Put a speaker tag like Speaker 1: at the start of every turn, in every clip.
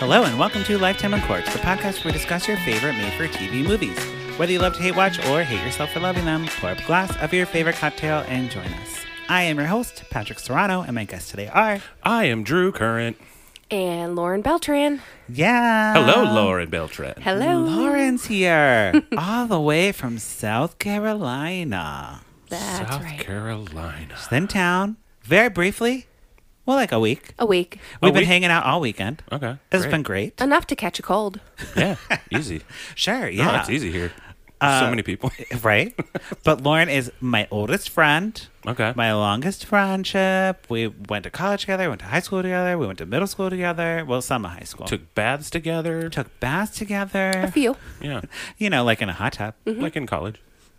Speaker 1: Hello, and welcome to Lifetime on Quartz, the podcast where we discuss your favorite made for TV movies. Whether you love to hate watch or hate yourself for loving them, pour up a glass of your favorite cocktail and join us. I am your host, Patrick Serrano, and my guests today are.
Speaker 2: I am Drew Current.
Speaker 3: And Lauren Beltran.
Speaker 1: Yeah.
Speaker 2: Hello, Lauren Beltran.
Speaker 3: Hello.
Speaker 1: Lauren's here, all the way from South Carolina.
Speaker 3: That's
Speaker 2: South
Speaker 3: right.
Speaker 2: Carolina.
Speaker 1: She's in town, very briefly, well, like a week.
Speaker 3: A week.
Speaker 1: We've been
Speaker 2: week?
Speaker 1: hanging out all weekend.
Speaker 2: Okay.
Speaker 1: It's
Speaker 2: great.
Speaker 1: been great.
Speaker 3: Enough to catch a cold.
Speaker 2: Yeah, easy.
Speaker 1: Sure,
Speaker 2: yeah.
Speaker 1: yeah. Uh,
Speaker 2: it's easy here. so many people.
Speaker 1: Right? but Lauren is my oldest friend.
Speaker 2: Okay.
Speaker 1: My longest friendship. We went to college together, went to high school together, we went to middle school together. Well, some of high school.
Speaker 2: Took baths together.
Speaker 1: Took baths together.
Speaker 3: A few.
Speaker 2: yeah.
Speaker 1: You know, like in a hot tub.
Speaker 2: Like in college.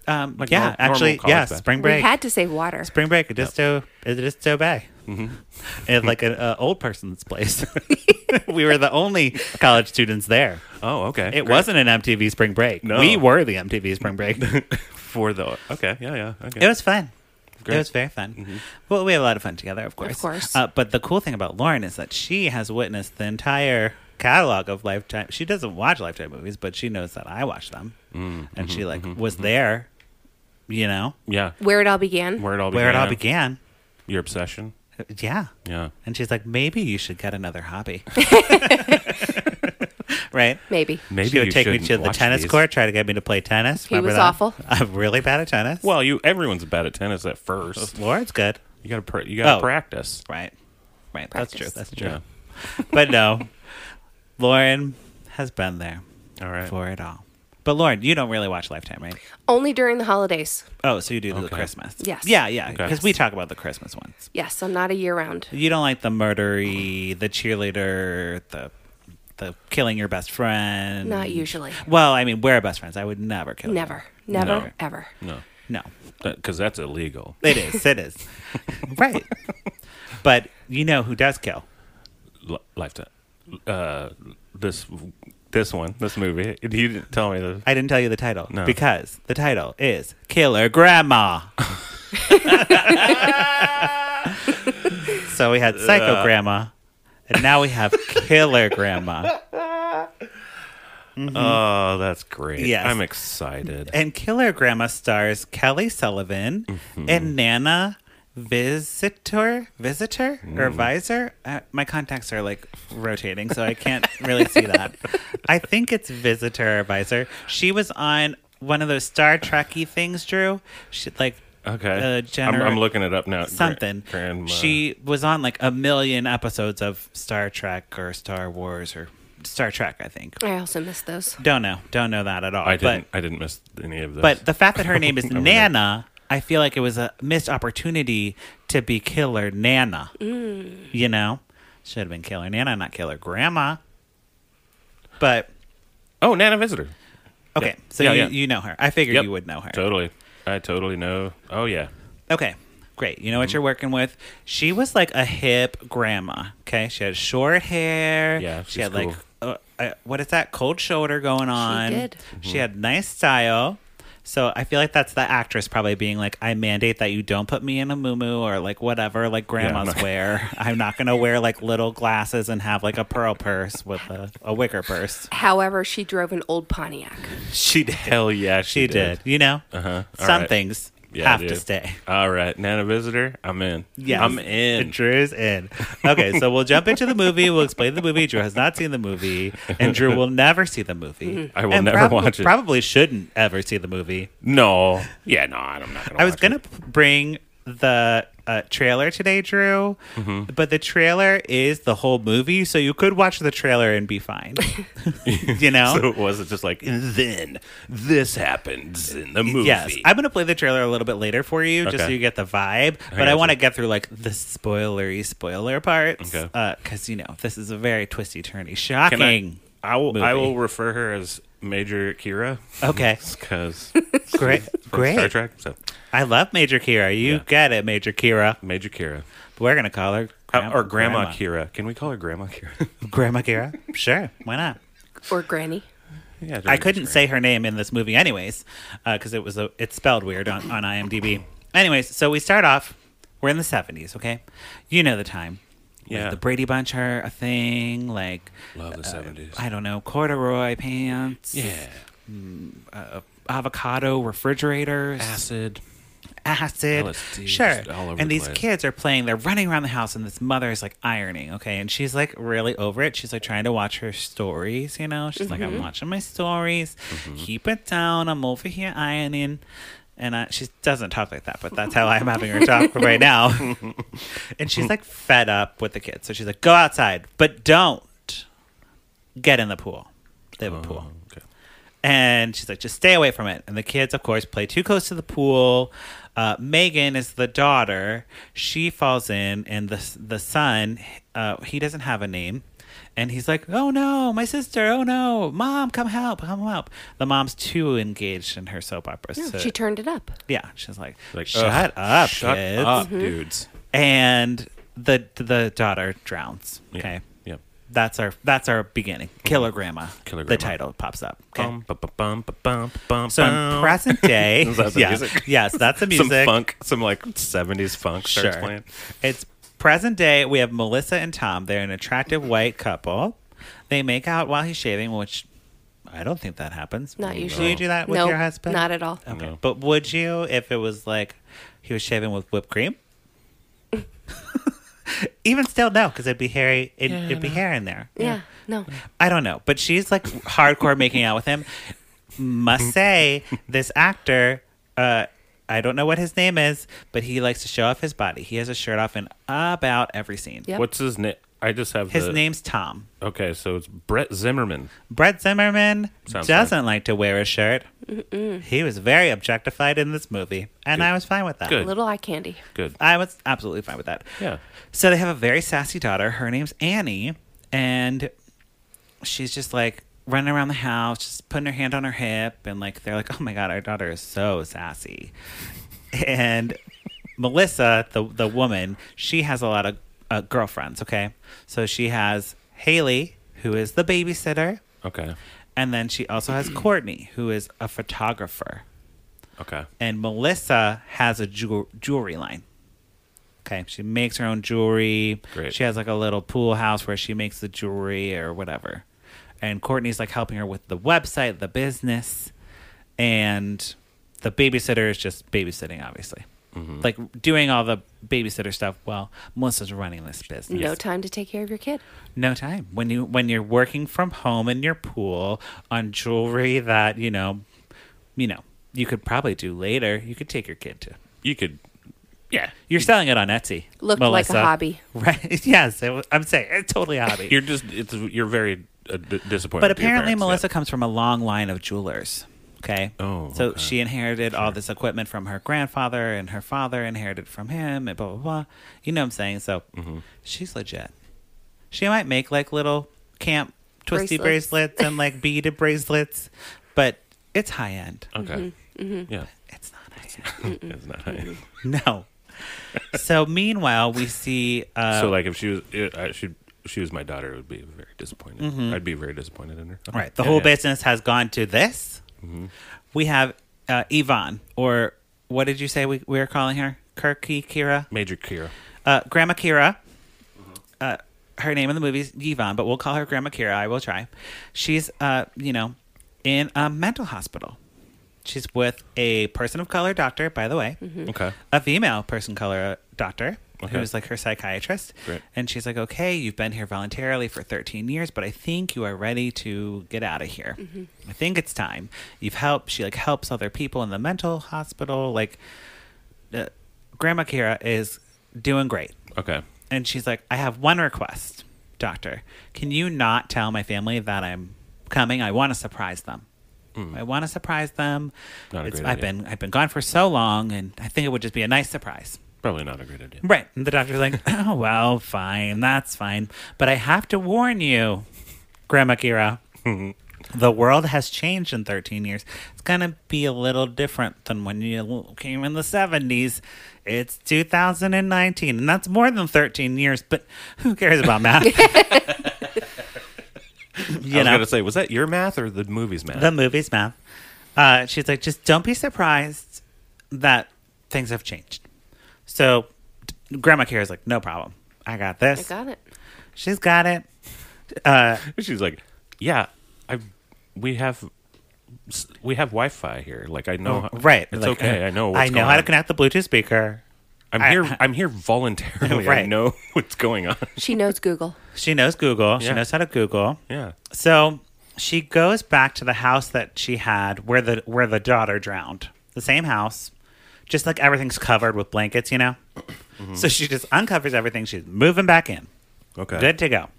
Speaker 1: Um,
Speaker 2: Like
Speaker 1: yeah,
Speaker 2: nor- normal
Speaker 1: actually,
Speaker 2: college
Speaker 1: yeah,
Speaker 2: bath.
Speaker 1: spring
Speaker 3: We
Speaker 1: break.
Speaker 3: had to save water.
Speaker 1: spring break at Disto, at Disto Bay.
Speaker 2: Mm-hmm.
Speaker 1: At like an uh, old person's place. we were the only college students there.
Speaker 2: Oh, okay.
Speaker 1: It
Speaker 2: Great.
Speaker 1: wasn't an MTV spring break.
Speaker 2: No.
Speaker 1: We were the MTV spring break.
Speaker 2: for the Okay, yeah, yeah. Okay.
Speaker 1: It was fun.
Speaker 2: Great. Mm-hmm.
Speaker 1: It was very fun. Well, we had a lot of fun together, of course.
Speaker 3: course.
Speaker 1: Uh, but the cool thing about Lauren is that she has witnessed the entire catalog of Lifetime. She doesn't watch Lifetime movies, but she knows that I watch them,
Speaker 2: Mm,
Speaker 1: and she
Speaker 2: mm-hmm,
Speaker 1: like was there. You know
Speaker 2: yeah.
Speaker 3: Where it all began.
Speaker 2: Where it all began.
Speaker 1: where it all began.
Speaker 2: Your obsession.
Speaker 1: Yeah.
Speaker 2: Yeah.
Speaker 1: And she's like, maybe you should get another hobby. right?
Speaker 3: Maybe.
Speaker 2: Maybe
Speaker 1: she would
Speaker 2: you
Speaker 1: take me to
Speaker 2: shouldn't
Speaker 1: the
Speaker 2: watch
Speaker 1: tennis
Speaker 2: these.
Speaker 1: court, try to get me to play tennis.
Speaker 3: He
Speaker 1: Remember
Speaker 3: was
Speaker 1: that?
Speaker 3: awful.
Speaker 1: I'm really bad at tennis.
Speaker 2: Well, you everyone's bad at tennis at first.
Speaker 1: Lauren's good.
Speaker 2: You got to pr- you got to
Speaker 1: Oh.
Speaker 2: practice.
Speaker 1: Right. Right.
Speaker 3: Practice.
Speaker 1: That's true.
Speaker 2: Yeah.
Speaker 1: That's true. But no, Lauren has been there
Speaker 2: All right.
Speaker 1: for it all. But Lauren, you don't really watch Lifetime, right?
Speaker 3: Only during the holidays.
Speaker 1: Oh, so you do the
Speaker 2: Okay.
Speaker 1: Christmas.
Speaker 3: Yes.
Speaker 1: Yeah, yeah.
Speaker 2: Okay.
Speaker 1: Because we talk about the Christmas ones.
Speaker 3: Yes, I'm not a year round.
Speaker 1: You don't like the murdery, the cheerleader, the the killing your best friend.
Speaker 3: Not usually.
Speaker 1: Well, I mean, we're best friends. I would never kill. you.
Speaker 3: Never. Never,
Speaker 2: No.
Speaker 3: ever.
Speaker 2: No.
Speaker 1: No,
Speaker 2: Cuz that's illegal.
Speaker 1: it is. It is. right. But you know who does kill?
Speaker 2: L- lifetime. Uh, this this one, this movie. You didn't tell me this.
Speaker 1: I didn't tell you the title
Speaker 2: No.
Speaker 1: because the title is Killer Grandma. so we had Psycho Grandma, and now we have Killer Grandma.
Speaker 2: Oh, that's great.
Speaker 1: Mm-hmm. Yes. Eh,
Speaker 2: I'm excited.
Speaker 1: And Killer Grandma stars Kelly Sullivan
Speaker 2: Mm-hmm.
Speaker 1: and Nana Visitor, Visitor
Speaker 2: Mm.
Speaker 1: or Visor. Uh, my contacts are like rotating, so I can't really see that. I think it's Visitor or Visor. She was on one of those Star Trekky things, Drew. She like
Speaker 2: Okay.
Speaker 1: uh, Jenner,
Speaker 2: I'm, I'm looking it up now. Gra-
Speaker 1: something.
Speaker 2: grandma.
Speaker 1: She was on like a million episodes of Star Trek or Star Wars or Star Trek, I think.
Speaker 3: I also miss those.
Speaker 1: Don't know. Don't know that at all.
Speaker 2: I
Speaker 1: but-
Speaker 2: didn't. I didn't miss any of this.
Speaker 1: but the fact that her name is
Speaker 2: Over there.
Speaker 1: Nana, I feel like it was a missed opportunity to be Killer Nana. You know, should have been Killer Nana, not Killer Grandma. But
Speaker 2: oh, Nana visitor.
Speaker 1: okay, so
Speaker 2: Yeah,
Speaker 1: you,
Speaker 2: yeah.
Speaker 1: you know her. I figured
Speaker 2: Yep.
Speaker 1: you would know her.
Speaker 2: Totally. I totally know. Oh yeah.
Speaker 1: Okay, great. You know
Speaker 2: Mm-hmm.
Speaker 1: what you're working with. She was like a hip grandma. Okay, she had short hair.
Speaker 2: Yeah,
Speaker 1: she
Speaker 2: she's
Speaker 1: had like
Speaker 2: cool.
Speaker 1: uh, uh, what is that cold shoulder going on?
Speaker 3: did.
Speaker 1: She had nice style. So I feel like that's the actress probably being like, I mandate that you don't put me in a muumuu or like whatever like grandmas
Speaker 2: not-
Speaker 1: wear. I'm not gonna wear like little glasses and have like a pearl purse with a, a wicker purse.
Speaker 3: However, she drove an old Pontiac.
Speaker 1: She did.
Speaker 2: Hell yeah. She,
Speaker 1: She did. You know, uh-huh.
Speaker 2: All
Speaker 1: some
Speaker 2: right.
Speaker 1: things
Speaker 2: Yeah,
Speaker 1: have to
Speaker 2: dude.
Speaker 1: stay.
Speaker 2: All right, Nana visitor. I'm in.
Speaker 1: Yes.
Speaker 2: I'm in.
Speaker 1: Drew's in. Okay, so we'll jump into the movie. We'll explain the movie. Drew has not seen the movie, and Drew will never see the movie.
Speaker 2: I will
Speaker 1: And
Speaker 2: never
Speaker 1: prob-
Speaker 2: watch it.
Speaker 1: Probably shouldn't ever see the movie.
Speaker 2: No. Yeah. No. I'm not gonna.
Speaker 1: I was
Speaker 2: watch
Speaker 1: gonna
Speaker 2: it.
Speaker 1: p- bring the uh, trailer today, Drew,
Speaker 2: Mm-hmm.
Speaker 1: but the trailer is the whole movie, so you could watch the trailer and be fine. you know.
Speaker 2: So it was just like and then this happens in the movie.
Speaker 1: Yes, I'm going to play the trailer a little bit later for you, just so
Speaker 2: Okay.
Speaker 1: you get the vibe. But I
Speaker 2: gotcha.
Speaker 1: want to get through like the spoilery spoiler parts, because
Speaker 2: Okay.
Speaker 1: you know this is a very twisty turny,
Speaker 2: Can I-
Speaker 1: shocking.
Speaker 2: I will.
Speaker 1: movie.
Speaker 2: I will refer her as Major Kira.
Speaker 1: Okay,
Speaker 2: Because
Speaker 1: great,
Speaker 2: Star
Speaker 1: great.
Speaker 2: Trek. So
Speaker 1: I love Major Kira. You
Speaker 2: Yeah.
Speaker 1: get it, Major Kira.
Speaker 2: Major Kira.
Speaker 1: We're gonna call her
Speaker 2: Uh, or Grandma, Kira. Can we call her Grandma Kira?
Speaker 1: Grandma Kira. Sure, why not?
Speaker 3: Or Granny.
Speaker 2: yeah,
Speaker 1: I couldn't say her name in this movie, anyways, because it was a, it's spelled weird on, on IMDb. anyways, so we start off. We're in the seventies, okay? You know the time.
Speaker 2: Yeah.
Speaker 1: the Brady Bunch are a thing. Like uh,
Speaker 2: Love the 70s.
Speaker 1: I don't know corduroy pants.
Speaker 2: yeah.
Speaker 1: uh, avocado refrigerators.
Speaker 2: Acid.
Speaker 1: acid.
Speaker 2: LSD,
Speaker 1: sure.
Speaker 2: just all over
Speaker 1: and
Speaker 2: the
Speaker 1: these
Speaker 2: place.
Speaker 1: kids are playing, they're running around the house, and this mother is like ironing, okay? And she's like really over it. She's like trying to watch her stories, you know? She's like, I'm watching my stories.
Speaker 2: Mm-hmm.
Speaker 1: Keep it down. I'm over here ironing. And I, she doesn't talk like that, but that's how I'm having her talk right now. and she's like fed up with the kids. So she's like, go outside, but don't get in the pool. They have a pool.
Speaker 2: Oh, Okay.
Speaker 1: And she's like, just stay away from it. And the kids, of course, play too close to the pool. Uh, Megan is the daughter. She falls in, and the the son, uh, he doesn't have a name, and he's like, "Oh no, my sister! Oh no, mom, come help! Come help!" The mom's too engaged in her soap opera.
Speaker 3: No,
Speaker 1: so,
Speaker 3: she turned it up.
Speaker 1: yeah, she's like,
Speaker 2: Like,
Speaker 1: "Shut
Speaker 2: ugh,
Speaker 1: up,
Speaker 2: Shut
Speaker 1: kids!" Mm-hmm.
Speaker 2: up, dudes.
Speaker 1: And the the daughter drowns.
Speaker 2: Yeah.
Speaker 1: Okay,
Speaker 2: Yeah.
Speaker 1: that's our that's our beginning. Killer grandma.
Speaker 2: Killer
Speaker 1: The
Speaker 2: Grandma.
Speaker 1: title pops up. Okay.
Speaker 2: Mm-hmm. Bum, ba, ba, bum, ba, bum, ba, bum,
Speaker 1: So in
Speaker 2: bum.
Speaker 1: present day,
Speaker 2: Is that the
Speaker 1: yeah,
Speaker 2: music?
Speaker 1: yes, that's the music.
Speaker 2: Some funk, some like 70s funk starts playing.
Speaker 1: It's present day. We have Melissa and Tom. They're an attractive white couple. They make out while he's shaving, which I don't think that happens.
Speaker 3: Not
Speaker 1: Do
Speaker 3: usually.
Speaker 1: you do that with
Speaker 3: Nope,
Speaker 1: your husband? Oh.
Speaker 3: Not at all.
Speaker 1: Okay.
Speaker 2: No.
Speaker 1: But would you if it was like he was shaving with whipped cream? Even still, no, because it'd be hairy. It'd,
Speaker 2: Yeah,
Speaker 1: it'd be
Speaker 2: no.
Speaker 1: hair in there.
Speaker 3: Yeah. No.
Speaker 1: I don't know, but she's like hardcore making out with him. Must say, this actor, uh, I don't know what his name is, but he likes to show off his body. He has a shirt off in about every scene.
Speaker 3: Yep.
Speaker 2: What's his name? I just have
Speaker 1: His
Speaker 2: the-
Speaker 1: name's Tom.
Speaker 2: Okay, so it's Brett Zimmerman.
Speaker 1: Brett Zimmerman
Speaker 2: Sounds
Speaker 1: doesn't like to wear a shirt. He was very objectified in this movie, and
Speaker 2: Good.
Speaker 1: I was fine with that.
Speaker 2: Good.
Speaker 3: Little eye candy.
Speaker 2: Good.
Speaker 1: I was absolutely fine with that.
Speaker 2: Yeah.
Speaker 1: So they have a very sassy daughter. Her name's Annie, and she's just like running around the house, just putting her hand on her hip, and like they're like, "Oh my god, our daughter is so sassy." And Melissa, the the woman, she has a lot of uh, girlfriends. Okay, so she has Haley, who is the babysitter,
Speaker 2: Okay.
Speaker 1: and then she also has Courtney, who is a photographer
Speaker 2: Okay.
Speaker 1: and Melissa has a jew- jewelry line. Okay, she makes her own jewelry.
Speaker 2: Great.
Speaker 1: She has like a little pool house where she makes the jewelry or whatever. And Courtney's like helping her with the website, the business, and the babysitter is just babysitting, obviously. Like doing all the babysitter stuff. Well, Melissa's running this business.
Speaker 3: No time to take care of your kid.
Speaker 1: No time. When you when you're working from home in your pool on jewelry that, you know, you know, you could probably do later. You could take your kid to.
Speaker 2: You could. Yeah.
Speaker 1: You're selling it on Etsy.
Speaker 3: Looked like a
Speaker 1: Melissa.
Speaker 3: hobby.
Speaker 1: Right. Yes, it, wa- I'm saying it's totally a hobby.
Speaker 2: You're just. It's. You're very uh, d- disappointed.
Speaker 1: but
Speaker 2: with your
Speaker 1: apparently
Speaker 2: parents,
Speaker 1: Melissa comes from a long line of jewelers. Okay.
Speaker 2: Oh,
Speaker 1: So
Speaker 2: okay.
Speaker 1: she inherited all this equipment from her grandfather and her father inherited from him and blah blah blah. You know what I'm saying? So
Speaker 2: Mm-hmm.
Speaker 1: she's legit. She might make like little camp twisty bracelets,
Speaker 3: Bracelets.
Speaker 1: and like beaded bracelets, but it's high end.
Speaker 2: Yeah. Okay. Yeah.
Speaker 1: It's not high
Speaker 2: It's not.
Speaker 1: end. No. so meanwhile, we see uh,
Speaker 2: so like if she was, it, I, she she was my daughter, I would be very disappointed. I'd be very disappointed in her.
Speaker 1: Mm-hmm. Right. The
Speaker 2: Yeah, Mm-hmm.
Speaker 1: whole
Speaker 2: yeah.
Speaker 1: business has gone to this. We have uh, Yvonne, or what did you say we, we were calling her? Kirky Kira?
Speaker 2: Major Kira.
Speaker 1: Uh, Grandma Kira.
Speaker 2: Mm-hmm.
Speaker 1: Uh, her name in the movie is Yvonne, but we'll call her Grandma Kira. I will try. She's, uh, you know, in a mental hospital. She's with a person of color doctor, by the way
Speaker 2: Okay.
Speaker 1: a female person color doctor
Speaker 2: Okay.
Speaker 1: who's like her psychiatrist
Speaker 2: Great.
Speaker 1: and she's like okay you've been here voluntarily for 13 years but i think you are ready to get out of here i think it's time you've helped she like helps other people in the mental hospital like uh, grandma kira is doing great
Speaker 2: Okay.
Speaker 1: and she's like i have one request doctor can you not tell my family that i'm coming i want to surprise them I want to surprise them.
Speaker 2: Mm. Not a
Speaker 1: It's-
Speaker 2: great
Speaker 1: I've
Speaker 2: idea.
Speaker 1: been I've been gone for so long, and I think it would just be a nice surprise.
Speaker 2: Probably not a great idea.
Speaker 1: Right. And the doctor's like, oh, well, fine. That's fine. But I have to warn you, Grandma Kira, the world has changed in 13 years. It's going to be a little different than when you came in the 70s. It's 2019, and that's more than 13 years, but who cares about math?
Speaker 2: I
Speaker 1: you
Speaker 2: was
Speaker 1: know,
Speaker 2: gonna say, was that your math or the movie's math?
Speaker 1: the movie's math. Uh, she's like, just don't be surprised that things have changed. So, Grandma Kira's like, no problem. I got
Speaker 3: I
Speaker 1: this.
Speaker 3: got it.
Speaker 1: She's got it. Uh,
Speaker 2: She's like, yeah, I we have s- we have Wi-Fi here. Like I know, how-
Speaker 1: Oh, right.
Speaker 2: Oh, It's
Speaker 1: like, uh,
Speaker 2: okay. I know.
Speaker 1: I
Speaker 2: What's
Speaker 1: know
Speaker 2: going
Speaker 1: how to
Speaker 2: on.
Speaker 1: connect the Bluetooth speaker.
Speaker 2: I'm
Speaker 1: I-
Speaker 2: here. I'm here voluntarily. I
Speaker 1: Right.
Speaker 2: know what's going on.
Speaker 3: She knows Google.
Speaker 1: She knows Google. She
Speaker 2: Yeah.
Speaker 1: knows how to Google.
Speaker 2: Yeah.
Speaker 1: So she goes back to the house that she had where the where the daughter drowned. The same house. Just like everything's covered with blankets, you know?
Speaker 2: Mm-hmm.
Speaker 1: So she just uncovers everything. She's moving back in.
Speaker 2: Okay.
Speaker 1: Good to go.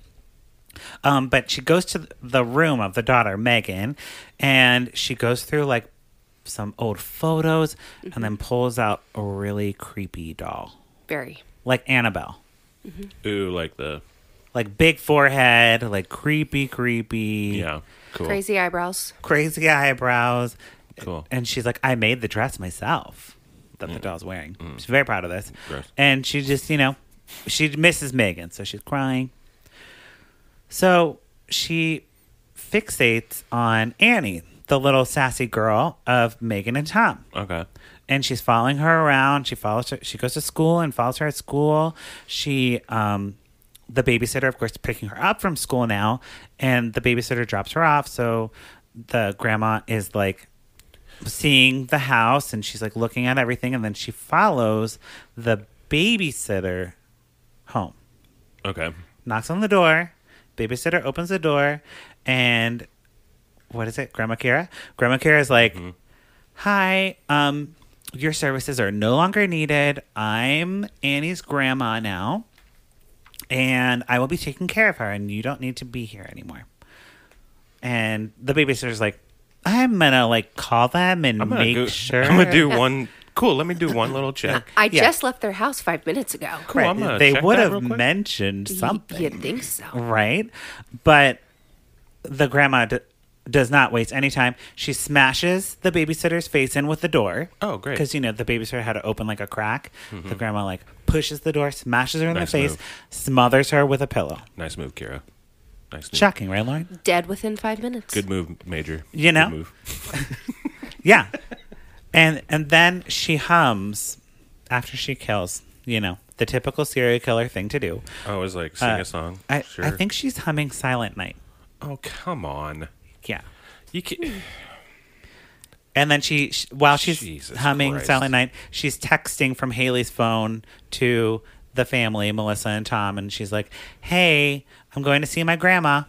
Speaker 1: Um, but she goes to the room of the daughter, Megan, and she goes through like some old photos and then pulls out a really creepy doll.
Speaker 3: Very.
Speaker 1: Like Annabelle.
Speaker 2: Ooh, like the
Speaker 1: Like big forehead, like creepy, creepy.
Speaker 2: yeah. Cool.
Speaker 3: Crazy eyebrows.
Speaker 1: crazy eyebrows.
Speaker 2: Cool. Mm.
Speaker 1: And she's like, I made the dress myself that the doll's wearing. She's very proud of this.
Speaker 2: Gross.
Speaker 1: And she just, you know, she misses Megan, so she's crying. So she fixates on Annie, the little sassy girl of Megan and Tom
Speaker 2: Okay.
Speaker 1: and she's following her around. She follows her. She goes to school and follows her at school. She, um, the babysitter, of course, is picking her up from school now, and the babysitter drops her off. So the grandma is like seeing the house, and she's like looking at everything, and then she follows the babysitter home
Speaker 2: Okay.
Speaker 1: knocks on the door. Babysitter opens the door, and what is it? Grandma Kira. Grandma Kira is like,
Speaker 2: Mm-hmm.
Speaker 1: "Hi, um, your services are no longer needed. I'm Annie's grandma now, and I will be taking care of her, and you don't need to be here anymore." And the babysitter's like, "I'm gonna like call them and
Speaker 2: I'm gonna
Speaker 1: make
Speaker 2: go-
Speaker 1: sure
Speaker 2: I'm gonna do one. Cool. Let me do one little check.
Speaker 3: I
Speaker 1: Yeah.
Speaker 3: just left their house five minutes ago.
Speaker 2: Cool. I'm gonna
Speaker 1: they
Speaker 2: check
Speaker 1: would
Speaker 2: that
Speaker 1: have
Speaker 2: real quick.
Speaker 1: mentioned
Speaker 3: Y-
Speaker 1: something."
Speaker 3: You'd think so.
Speaker 1: right? But the grandma d- does not waste any time. She smashes the babysitter's face in with the door.
Speaker 2: Oh, great. Mm-hmm.
Speaker 1: Because you know the babysitter had to open like a crack. The grandma like pushes the door, smashes her in
Speaker 2: Nice
Speaker 1: the face,
Speaker 2: move.
Speaker 1: smothers her with a pillow.
Speaker 2: Nice move, Kira. Nice move.
Speaker 1: Shocking, right, Lauren?
Speaker 3: Dead within five minutes.
Speaker 2: Good move, Major.
Speaker 1: You know?
Speaker 2: Good move.
Speaker 1: Yeah. and and then she hums after she kills. You know the typical serial killer thing to do.
Speaker 2: I was like, sing
Speaker 1: Uh,
Speaker 2: a song.
Speaker 1: I,
Speaker 2: sure.
Speaker 1: I think she's humming Silent Night.
Speaker 2: Oh come on.
Speaker 1: Yeah.
Speaker 2: You can.
Speaker 1: And then she, sh while she's
Speaker 2: Jesus
Speaker 1: humming
Speaker 2: Christ.
Speaker 1: Silent Night, she's texting from Haley's phone to the family, Melissa and Tom, and she's like, "Hey, I'm going to see my grandma,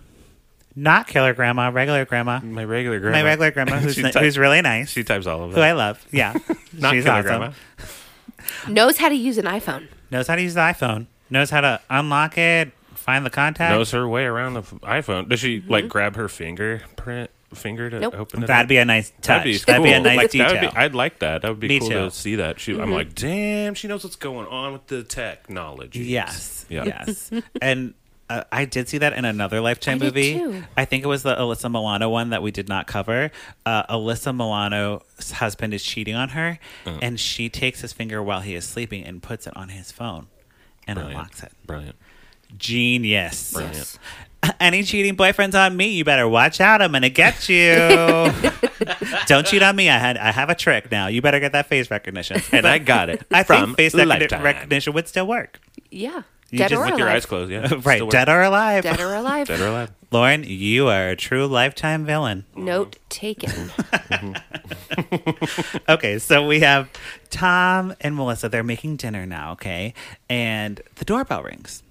Speaker 1: not killer grandma, regular grandma,
Speaker 2: My regular Mm, grandma.
Speaker 1: my regular grandma, who's
Speaker 2: She
Speaker 1: ni-
Speaker 2: ty-
Speaker 1: who's really nice,
Speaker 2: She types all of that.
Speaker 1: who I love. Yeah,
Speaker 2: Not
Speaker 1: she's
Speaker 2: killer
Speaker 1: awesome.
Speaker 2: grandma.
Speaker 3: Knows how to use an iPhone.
Speaker 1: Knows how to use the iPhone. Knows how to unlock it, find the contact.
Speaker 2: Knows her way around the f- iPhone. Does she like grab her fingerprint finger to
Speaker 3: Mm-hmm. Nope.
Speaker 2: open it?
Speaker 1: That'd be a nice touch. That'd be, a
Speaker 2: cool.
Speaker 1: nice
Speaker 2: Like,
Speaker 1: detail.
Speaker 2: That would be, I'd like that. That would be
Speaker 1: Me
Speaker 2: cool
Speaker 1: too. Mm-hmm.
Speaker 2: to see that. She, I'm like, damn, she knows what's going on with the technology.
Speaker 1: Yes.
Speaker 2: Yeah.
Speaker 1: Yes. and uh, I did see that in another Lifetime
Speaker 3: I did
Speaker 1: movie.
Speaker 3: too.
Speaker 1: I think it was the Alyssa Milano one that we did not cover. Uh, Alyssa Milano's husband is cheating on her,
Speaker 2: Uh-huh.
Speaker 1: and she takes his finger while he is sleeping and puts it on his phone and
Speaker 2: Brilliant.
Speaker 1: unlocks it.
Speaker 2: Brilliant.
Speaker 1: Genius.
Speaker 2: Brilliant.
Speaker 3: Yes.
Speaker 1: Any cheating boyfriends on me, you better watch out. I'm gonna get you. Don't cheat on me. I had I have a trick now. You better get that face recognition.
Speaker 2: And I got it.
Speaker 1: I
Speaker 2: from
Speaker 1: think face recogni-
Speaker 2: Lifetime.
Speaker 1: recognition would still work.
Speaker 3: Yeah.
Speaker 1: You
Speaker 3: Dead
Speaker 1: just look
Speaker 3: or
Speaker 2: With
Speaker 3: alive.
Speaker 2: your eyes closed, yeah.
Speaker 1: right,
Speaker 2: Still works.
Speaker 1: dead or alive.
Speaker 3: Dead or alive.
Speaker 2: Dead or alive.
Speaker 1: Lauren, you are a true lifetime villain.
Speaker 3: Note taken.
Speaker 1: Okay, so we have Tom and Melissa. They're making dinner now, okay? And the doorbell rings.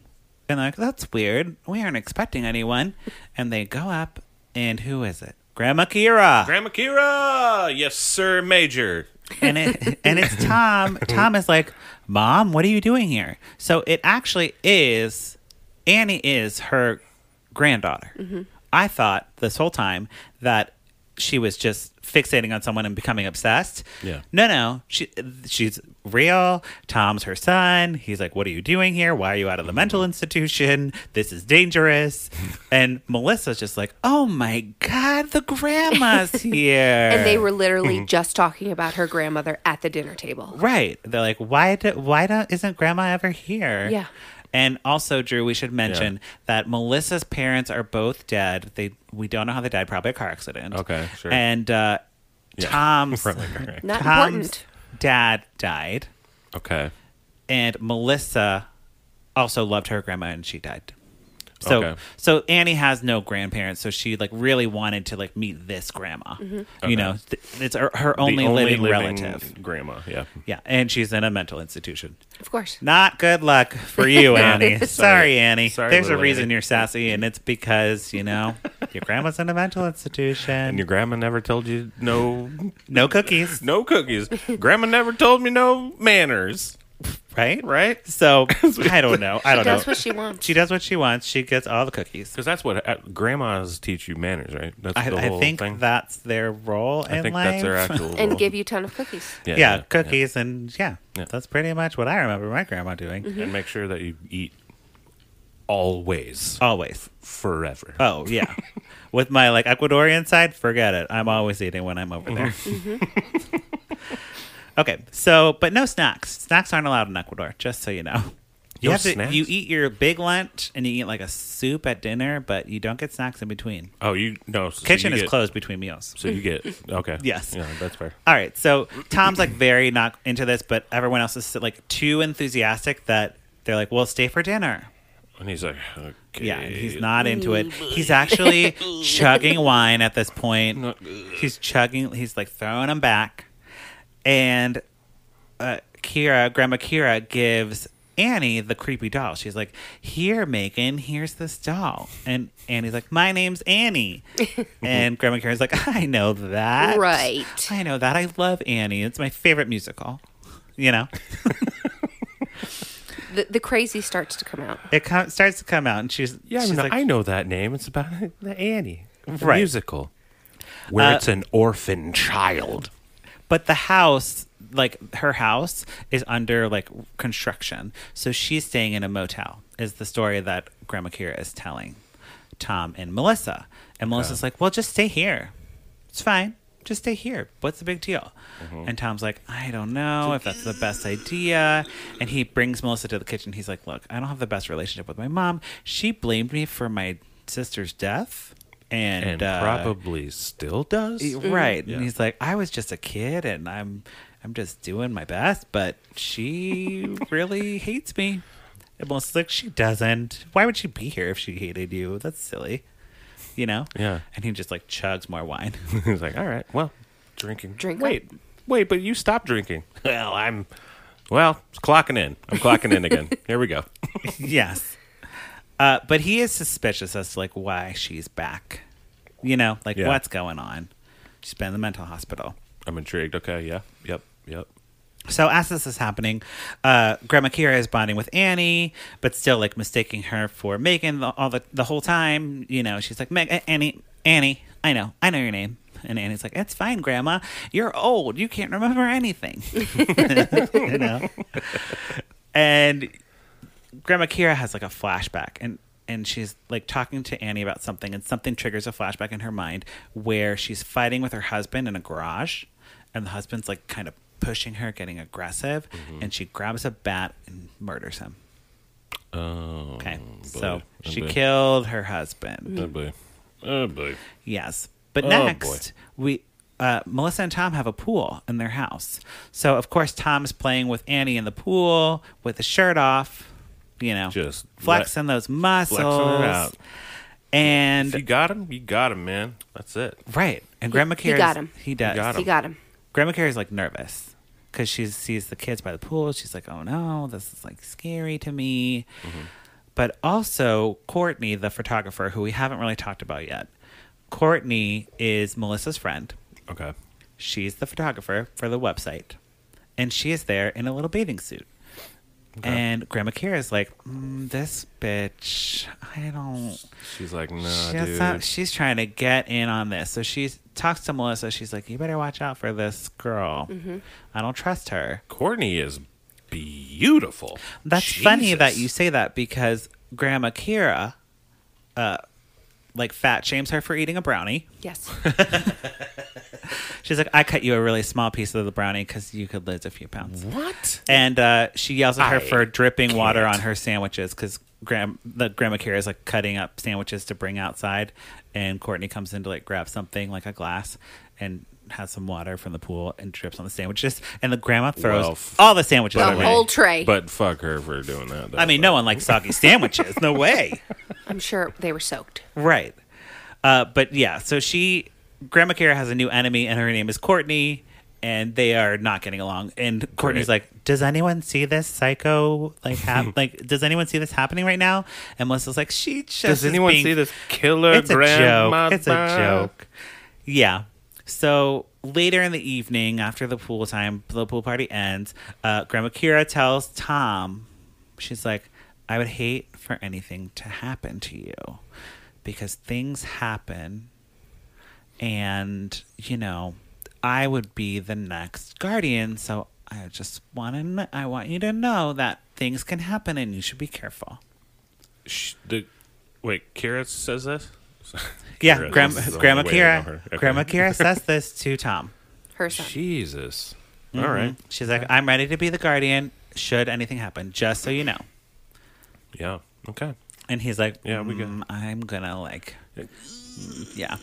Speaker 1: And they're like, that's weird. We aren't expecting anyone. And they go up, and who is it? Grandma Kira.
Speaker 2: Grandma Kira! Yes, sir, Major.
Speaker 1: and it and it's Tom. Tom is like, "Mom, what are you doing here?" So it actually is Annie is her granddaughter.
Speaker 3: Mm-hmm.
Speaker 1: I thought this whole time that she was just fixating on someone and becoming obsessed.
Speaker 2: Yeah.
Speaker 1: No, no, she she's real. Tom's her son. He's like, "What are you doing here? Why are you out of the mental institution? This is dangerous." and Melissa's just like, "Oh my god, the grandma's here."
Speaker 3: and they were literally just talking about her grandmother at the dinner table.
Speaker 1: Right. They're like, why do, why do, isn't grandma ever here?
Speaker 3: Yeah.
Speaker 1: And also, Drew, we should mention that Melissa's parents are both dead. They we don't know how they died, probably a car accident.
Speaker 2: Okay, sure.
Speaker 1: And uh,
Speaker 2: Yeah.
Speaker 1: Tom's
Speaker 2: Right, right, right.
Speaker 3: Not
Speaker 1: Tom's
Speaker 3: important.
Speaker 1: dad died,
Speaker 2: Okay.
Speaker 1: and Melissa also loved her grandma, and she died. So
Speaker 2: Okay.
Speaker 1: so Annie has no grandparents, so she like really wanted to like meet this grandma.
Speaker 3: Mm-hmm.
Speaker 1: You know, th- it's her, her only, living, relative.
Speaker 2: grandma. Yeah,
Speaker 1: Yeah, and she's in a mental institution.
Speaker 3: Of course.
Speaker 1: Not good luck for you, Annie. Sorry,
Speaker 2: Sorry,
Speaker 1: Annie.
Speaker 2: sorry,
Speaker 1: There's a
Speaker 2: little
Speaker 1: reason
Speaker 2: Annie.
Speaker 1: you're sassy, and it's because you know your grandma's in a mental institution.
Speaker 2: and your grandma never told you no,
Speaker 1: no cookies,
Speaker 2: no cookies. grandma never told me no manners.
Speaker 1: right? Right. So I don't know. I don't
Speaker 3: She
Speaker 1: know.
Speaker 3: does what she wants.
Speaker 1: she does what she wants. She gets all the cookies.
Speaker 2: Because that's what uh, grandmas teach you manners, right? That's
Speaker 1: I,
Speaker 2: the
Speaker 1: I
Speaker 2: whole
Speaker 1: think
Speaker 2: thing.
Speaker 1: that's their role
Speaker 2: I
Speaker 1: in
Speaker 2: think
Speaker 1: life.
Speaker 2: that's their actual
Speaker 3: and
Speaker 2: role.
Speaker 3: give you a ton of cookies.
Speaker 2: yeah,
Speaker 1: yeah, cookies and yeah,
Speaker 2: Yeah.
Speaker 1: that's pretty much what I remember my grandma doing.
Speaker 3: Mm-hmm.
Speaker 2: and make sure that you eat always
Speaker 1: Always.
Speaker 2: forever.
Speaker 1: Oh yeah. With my like Ecuadorian side, forget it. I'm always eating when I'm over there.
Speaker 2: Mm-hmm.
Speaker 1: okay, so but no snacks. Snacks aren't allowed in Ecuador. Just so you know. You
Speaker 2: No
Speaker 1: have to,
Speaker 2: snacks?
Speaker 1: you eat your big lunch and you eat like a soup at dinner, but you don't get snacks in between.
Speaker 2: oh, you no so
Speaker 1: Kitchen
Speaker 2: you
Speaker 1: is
Speaker 2: get-
Speaker 1: closed between meals.
Speaker 2: So you get okay.
Speaker 1: Yes.
Speaker 2: yeah, that's fair.
Speaker 1: All right, so Tom's like very not into this, but everyone else is like too enthusiastic that they're like, "Well, stay for dinner."
Speaker 2: And he's like, okay,
Speaker 1: Yeah, and he's not into it. He's actually chugging wine at this point. He's chugging. He's like throwing them back, and uh, Kira, Grandma Kira, gives Annie the creepy doll. She's like, "Here, Megan. Here's this doll." And Annie's like, "My name's Annie," and Grandma Kira's like, "I know that,
Speaker 3: Right.
Speaker 1: I know that. I love Annie. It's my favorite musical." You know,
Speaker 3: The, the crazy starts to come out.
Speaker 1: it co- starts to come out, and she's
Speaker 2: Yeah, I,
Speaker 1: she's
Speaker 2: mean,
Speaker 1: like,
Speaker 2: I know that name. It's about the Annie the
Speaker 1: Right.
Speaker 2: musical, where
Speaker 1: Uh,
Speaker 2: it's an orphan child.
Speaker 1: but the house like her house is under like construction so she's staying in a motel is the story that grandma kira is telling tom and melissa and melissa's like well just stay here it's fine just stay here what's the big deal
Speaker 2: Mm-hmm.
Speaker 1: and tom's like i don't know if that's the best idea and he brings melissa to the kitchen he's like look i don't have the best relationship with my mom she blamed me for my sister's death and,
Speaker 2: and
Speaker 1: uh,
Speaker 2: probably still does.
Speaker 1: Y- right
Speaker 2: Yeah.
Speaker 1: and he's like i was just a kid and i'm i'm just doing my best but she really hates me and melissa's like she doesn't why would she be here if she hated you that's silly you know
Speaker 2: Yeah.
Speaker 1: and he just like chugs more wine
Speaker 2: he's like, all right, well, drinking.
Speaker 3: Drink
Speaker 2: Wait, wait, but you stopped drinking. Well, I'm. Well, it's clocking in. I'm clocking in again. Here we go.
Speaker 1: yes uh, but he is suspicious as to like why she's back you know like
Speaker 2: Yeah.
Speaker 1: what's going on she's been in the mental hospital
Speaker 2: I'm intrigued. Okay, yeah, yep, yep.
Speaker 1: So as this is happening, uh, Grandma Kira is bonding with Annie, but still like mistaking her for Megan the, all the the whole time. You know, she's like, "Meg, eh, Annie, Annie, I know, I know your name." And Annie's like, "It's fine, Grandma. You're old. You can't remember anything." you know. And Grandma Kira has like a flashback and and she's like talking to Annie about something and something triggers a flashback in her mind where she's fighting with her husband in a garage and the husband's like kind of pushing her getting aggressive and she grabs a bat and murders him.
Speaker 2: Oh,
Speaker 1: Okay.
Speaker 2: boy.
Speaker 1: so
Speaker 2: Oh,
Speaker 1: she
Speaker 2: boy.
Speaker 1: killed her husband.
Speaker 2: Oh boy. Oh boy.
Speaker 1: Yes. But
Speaker 2: Oh,
Speaker 1: next, we uh, Melissa and Tom have a pool in their house. So of course Tom's playing with Annie in the pool with his shirt off, you know,
Speaker 2: Just
Speaker 1: flexing those muscles.
Speaker 2: flexing it out.
Speaker 1: And
Speaker 2: If you got him, you got him, man. That's it.
Speaker 1: right, and Grandma
Speaker 3: he
Speaker 1: Carrie's
Speaker 3: got him.
Speaker 1: He does.
Speaker 2: got
Speaker 3: He
Speaker 2: him.
Speaker 3: got him.
Speaker 1: Grandma Carrie's like nervous because she sees the kids by the pool. She's like, "Oh no, this is like scary to me."
Speaker 2: Mm-hmm.
Speaker 1: But also Courtney, the photographer, who we haven't really talked about yet. Courtney is Melissa's friend.
Speaker 2: Okay.
Speaker 1: She's the photographer for the website, and she is there in a little bathing suit. And Grandma Kira's like, mm, this bitch, I don't.
Speaker 2: She's like, nah,
Speaker 1: She's,
Speaker 2: dude.
Speaker 1: not- she's trying to get in on this. So she talks to Melissa. She's like, you better watch out for this girl.
Speaker 2: Mm-hmm.
Speaker 1: I don't trust her.
Speaker 2: Courtney is beautiful.
Speaker 1: That's funny that you
Speaker 2: Jesus.
Speaker 1: say that because Grandma Kira, uh, like fat shames her for eating a brownie.
Speaker 3: Yes.
Speaker 1: She's like, I cut you a really small piece of the brownie because you could lose a few pounds.
Speaker 2: What?
Speaker 1: And uh, she yells at her
Speaker 2: I
Speaker 1: for dripping water
Speaker 2: can't.
Speaker 1: on her sandwiches because Gram- the Grandma Kira is like cutting up sandwiches to bring outside, and Courtney comes in to like grab something like a glass, and has some water from the pool and drips on the sandwiches. And the grandma throws
Speaker 2: Well, f-
Speaker 1: all the sandwiches
Speaker 3: The
Speaker 2: I mean,
Speaker 1: away.
Speaker 3: whole tray.
Speaker 2: But fuck her for doing that. though.
Speaker 1: I mean, no one likes soggy sandwiches. No way.
Speaker 3: I'm sure they were soaked.
Speaker 1: Right. Uh, but yeah, so she, Grandma Kara has a new enemy, and her name is Courtney, and they are not getting along. And Courtney's
Speaker 2: Right.
Speaker 1: like, "Does anyone see this psycho like hap- like Does anyone see this happening right now?" And Melissa's like, "She just
Speaker 2: Does
Speaker 1: is
Speaker 2: anyone
Speaker 1: being-
Speaker 2: see this killer
Speaker 1: It's a
Speaker 2: grandma?
Speaker 1: joke. It's a joke." Yeah. So later in the evening, after the pool time, the pool party ends. Uh, Grandma Kira tells Tom, she's like, "I would hate for anything to happen to you, because things happen, and you know, I would be the next guardian. So I just want to, kn- I want you to know that things can happen, and you should be careful."
Speaker 2: Sh- the, wait, Kira says this?
Speaker 1: Yeah,
Speaker 2: Kira,
Speaker 1: Gram-
Speaker 2: this is the
Speaker 1: Grandma
Speaker 2: only way I know
Speaker 1: Kira.
Speaker 2: her. Okay.
Speaker 1: Grandma Kira says this to Tom.
Speaker 3: Her son.
Speaker 2: Jesus. All
Speaker 1: Mm-hmm.
Speaker 2: right.
Speaker 1: She's like, I'm ready to be the guardian should anything happen, just so you know.
Speaker 2: Yeah. Okay.
Speaker 1: And he's like,
Speaker 2: Yeah, we good.
Speaker 1: "Mm, I'm gonna like, mm, yeah,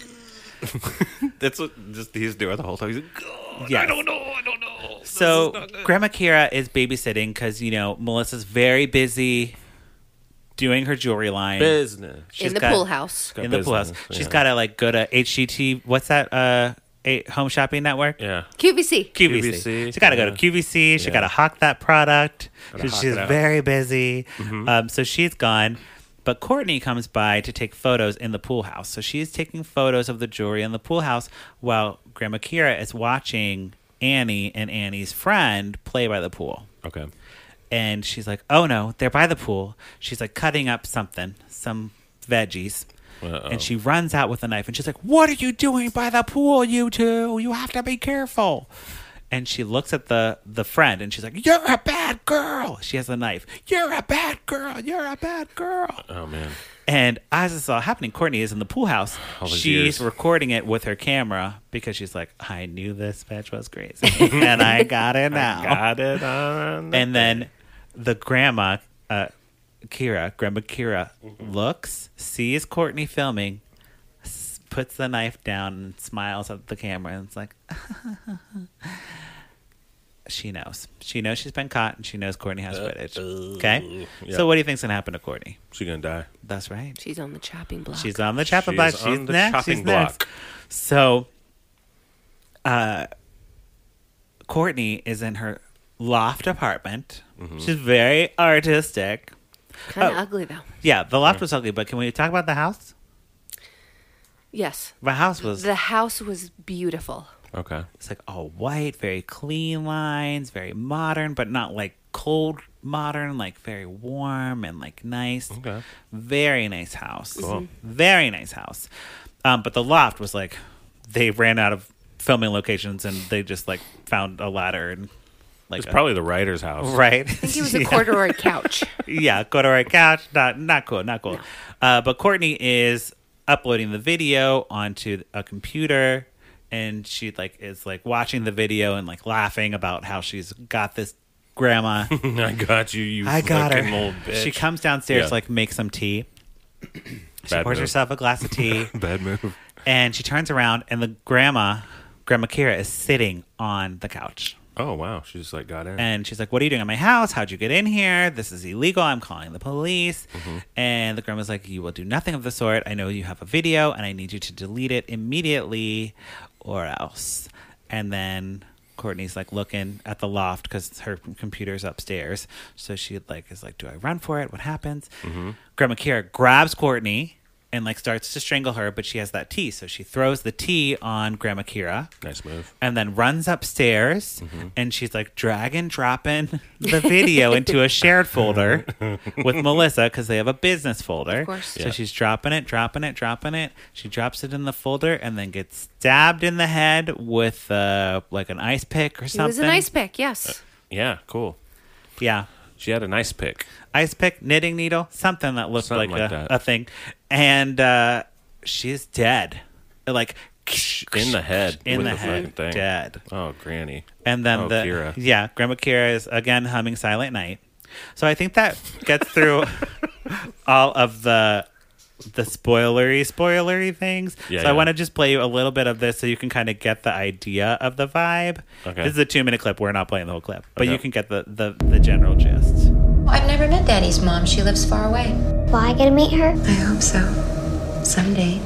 Speaker 2: That's what just he's doing the whole time. He's like,
Speaker 1: yeah.
Speaker 2: no, I don't know.
Speaker 1: So Grandma Kira is babysitting because you know Melissa's very busy doing her jewelry line
Speaker 2: business.
Speaker 1: she's
Speaker 3: in the
Speaker 1: got-
Speaker 3: pool house.
Speaker 2: got
Speaker 1: in the pool house.
Speaker 2: business,
Speaker 1: She's
Speaker 2: yeah.
Speaker 1: got to like go to HGT. What's that? Uh, a- Home Shopping Network.
Speaker 2: Yeah.
Speaker 3: QVC.
Speaker 1: QVC.
Speaker 2: QVC,
Speaker 1: She got to go to
Speaker 2: yeah.
Speaker 1: QVC. She
Speaker 2: Yeah.
Speaker 1: got to hawk that product.
Speaker 2: Gotta
Speaker 1: So
Speaker 2: hawk
Speaker 1: she's
Speaker 2: it Mm-hmm. out.
Speaker 1: very busy. Um, so she's gone. But Courtney comes by to take photos in the pool house. So she's taking photos of the jewelry in the pool house while Grandma Kira is watching Annie and Annie's friend play by the pool.
Speaker 2: Okay.
Speaker 1: And she's like, oh no, they're by the pool. She's like cutting up something, some veggies.
Speaker 2: Uh-oh.
Speaker 1: And she runs out with a knife and she's like, What are you doing by the pool, you two? You have to be careful. And she looks at the, the friend and she's like, You're a bad girl. She has a knife. You're a bad girl. You're a bad girl.
Speaker 2: Oh man.
Speaker 1: And as this is all happening, Courtney is in the pool house.
Speaker 2: All these
Speaker 1: She's
Speaker 2: years.
Speaker 1: recording it with her camera because she's like, I knew this bitch was crazy. and I got it now.
Speaker 2: Got it on.
Speaker 1: And then the grandma, uh, Kira, Grandma Kira, looks, sees Courtney filming, s- puts the knife down and smiles at the camera and it's like, she knows. She knows she's been caught and she knows Courtney has footage. Okay?
Speaker 2: yeah.
Speaker 1: So what do you think's going to happen to Courtney?
Speaker 2: she gonna die.
Speaker 1: That's right.
Speaker 3: She's on the chopping block.
Speaker 1: She's on the chopping
Speaker 2: She's
Speaker 1: block. She's
Speaker 2: on the
Speaker 1: next.
Speaker 2: chopping
Speaker 1: She's next.
Speaker 2: block.
Speaker 1: So, uh, Courtney is in her loft apartment.
Speaker 2: Mm-hmm.
Speaker 1: She's very artistic.
Speaker 3: kind of
Speaker 1: oh.
Speaker 3: ugly though.
Speaker 1: Yeah, the loft was ugly, but can we talk about the house?
Speaker 3: Yes.
Speaker 1: The house was
Speaker 3: The house was beautiful.
Speaker 2: Okay.
Speaker 1: it's like all white, very clean lines, very modern, but not like cold modern, like very warm and like nice.
Speaker 2: Okay.
Speaker 1: Very nice house.
Speaker 2: Cool.
Speaker 1: Very nice house. Um, but the loft was like they ran out of filming locations and they just like found a ladder and like
Speaker 2: It's
Speaker 1: a-
Speaker 2: probably the writer's house.
Speaker 1: right.
Speaker 3: I think it was a corduroy couch.
Speaker 1: yeah, go to our couch. Not not cool, not cool. Uh, but Courtney is uploading the video onto a computer, and she like is like watching the video and like laughing about how she's got this grandma.
Speaker 2: I got you. You.
Speaker 1: I got
Speaker 2: fucking
Speaker 1: her.
Speaker 2: Old bitch.
Speaker 1: She comes downstairs
Speaker 2: Yeah.
Speaker 1: to like make some tea. She
Speaker 2: Bad
Speaker 1: pours
Speaker 2: move.
Speaker 1: herself a glass of tea,
Speaker 2: Bad move.
Speaker 1: and she turns around, and the grandma, Grandma Kira, is sitting on the couch.
Speaker 2: Oh wow. She just like got in.
Speaker 1: And she's like, What are you doing at my house? How'd you get in here? This is illegal. I'm calling the police. And the grandma's like, You will do nothing of the sort. I know you have a video and I need you to delete it immediately or else. And then Courtney's like looking at the loft because her computer's upstairs. So she like is like, Do I run for it? What happens? Grandma Kira grabs Courtney and like starts to strangle her, but she has that tea. So she throws the tea on Grandma Kira
Speaker 2: nice move.
Speaker 1: and then runs upstairs
Speaker 2: Mm-hmm.
Speaker 1: and she's like drag and dropping the video into a shared folder with Melissa because they have a business folder. Of
Speaker 3: course.
Speaker 1: So
Speaker 2: Yeah.
Speaker 1: she's dropping it, dropping it, dropping it. She drops it in the folder and then gets stabbed in the head with uh, like an ice pick or
Speaker 3: It
Speaker 1: something.
Speaker 3: was an ice pick.
Speaker 2: Uh,
Speaker 3: Yes.
Speaker 2: Yeah. Cool.
Speaker 1: Yeah.
Speaker 2: She had a nice pick.
Speaker 1: Ice pick, knitting needle, something that looked
Speaker 2: Something
Speaker 1: like,
Speaker 2: like
Speaker 1: a,
Speaker 2: that.
Speaker 1: a thing. And uh, she's dead. Like
Speaker 2: In the head.
Speaker 1: In
Speaker 2: with
Speaker 1: the,
Speaker 2: fucking
Speaker 1: head.
Speaker 2: thing.
Speaker 1: Dead.
Speaker 2: Oh, Granny.
Speaker 1: And then
Speaker 2: Oh,
Speaker 1: the
Speaker 2: Kira.
Speaker 1: yeah, Grandma Kira is again humming "Silent Night." So I think that gets through all of the the spoilery, spoilery things.
Speaker 2: Yeah,
Speaker 1: so
Speaker 2: yeah.
Speaker 1: I want to just play you a little bit of this so you can kind of get the idea of the vibe.
Speaker 2: Okay.
Speaker 1: This is a two minute clip. We're not playing the whole clip, but
Speaker 2: Okay.
Speaker 1: you can get the, the, the general gist.
Speaker 4: I've never met Daddy's mom. She lives far away.
Speaker 5: Will I get to meet her?
Speaker 4: I hope so. Someday.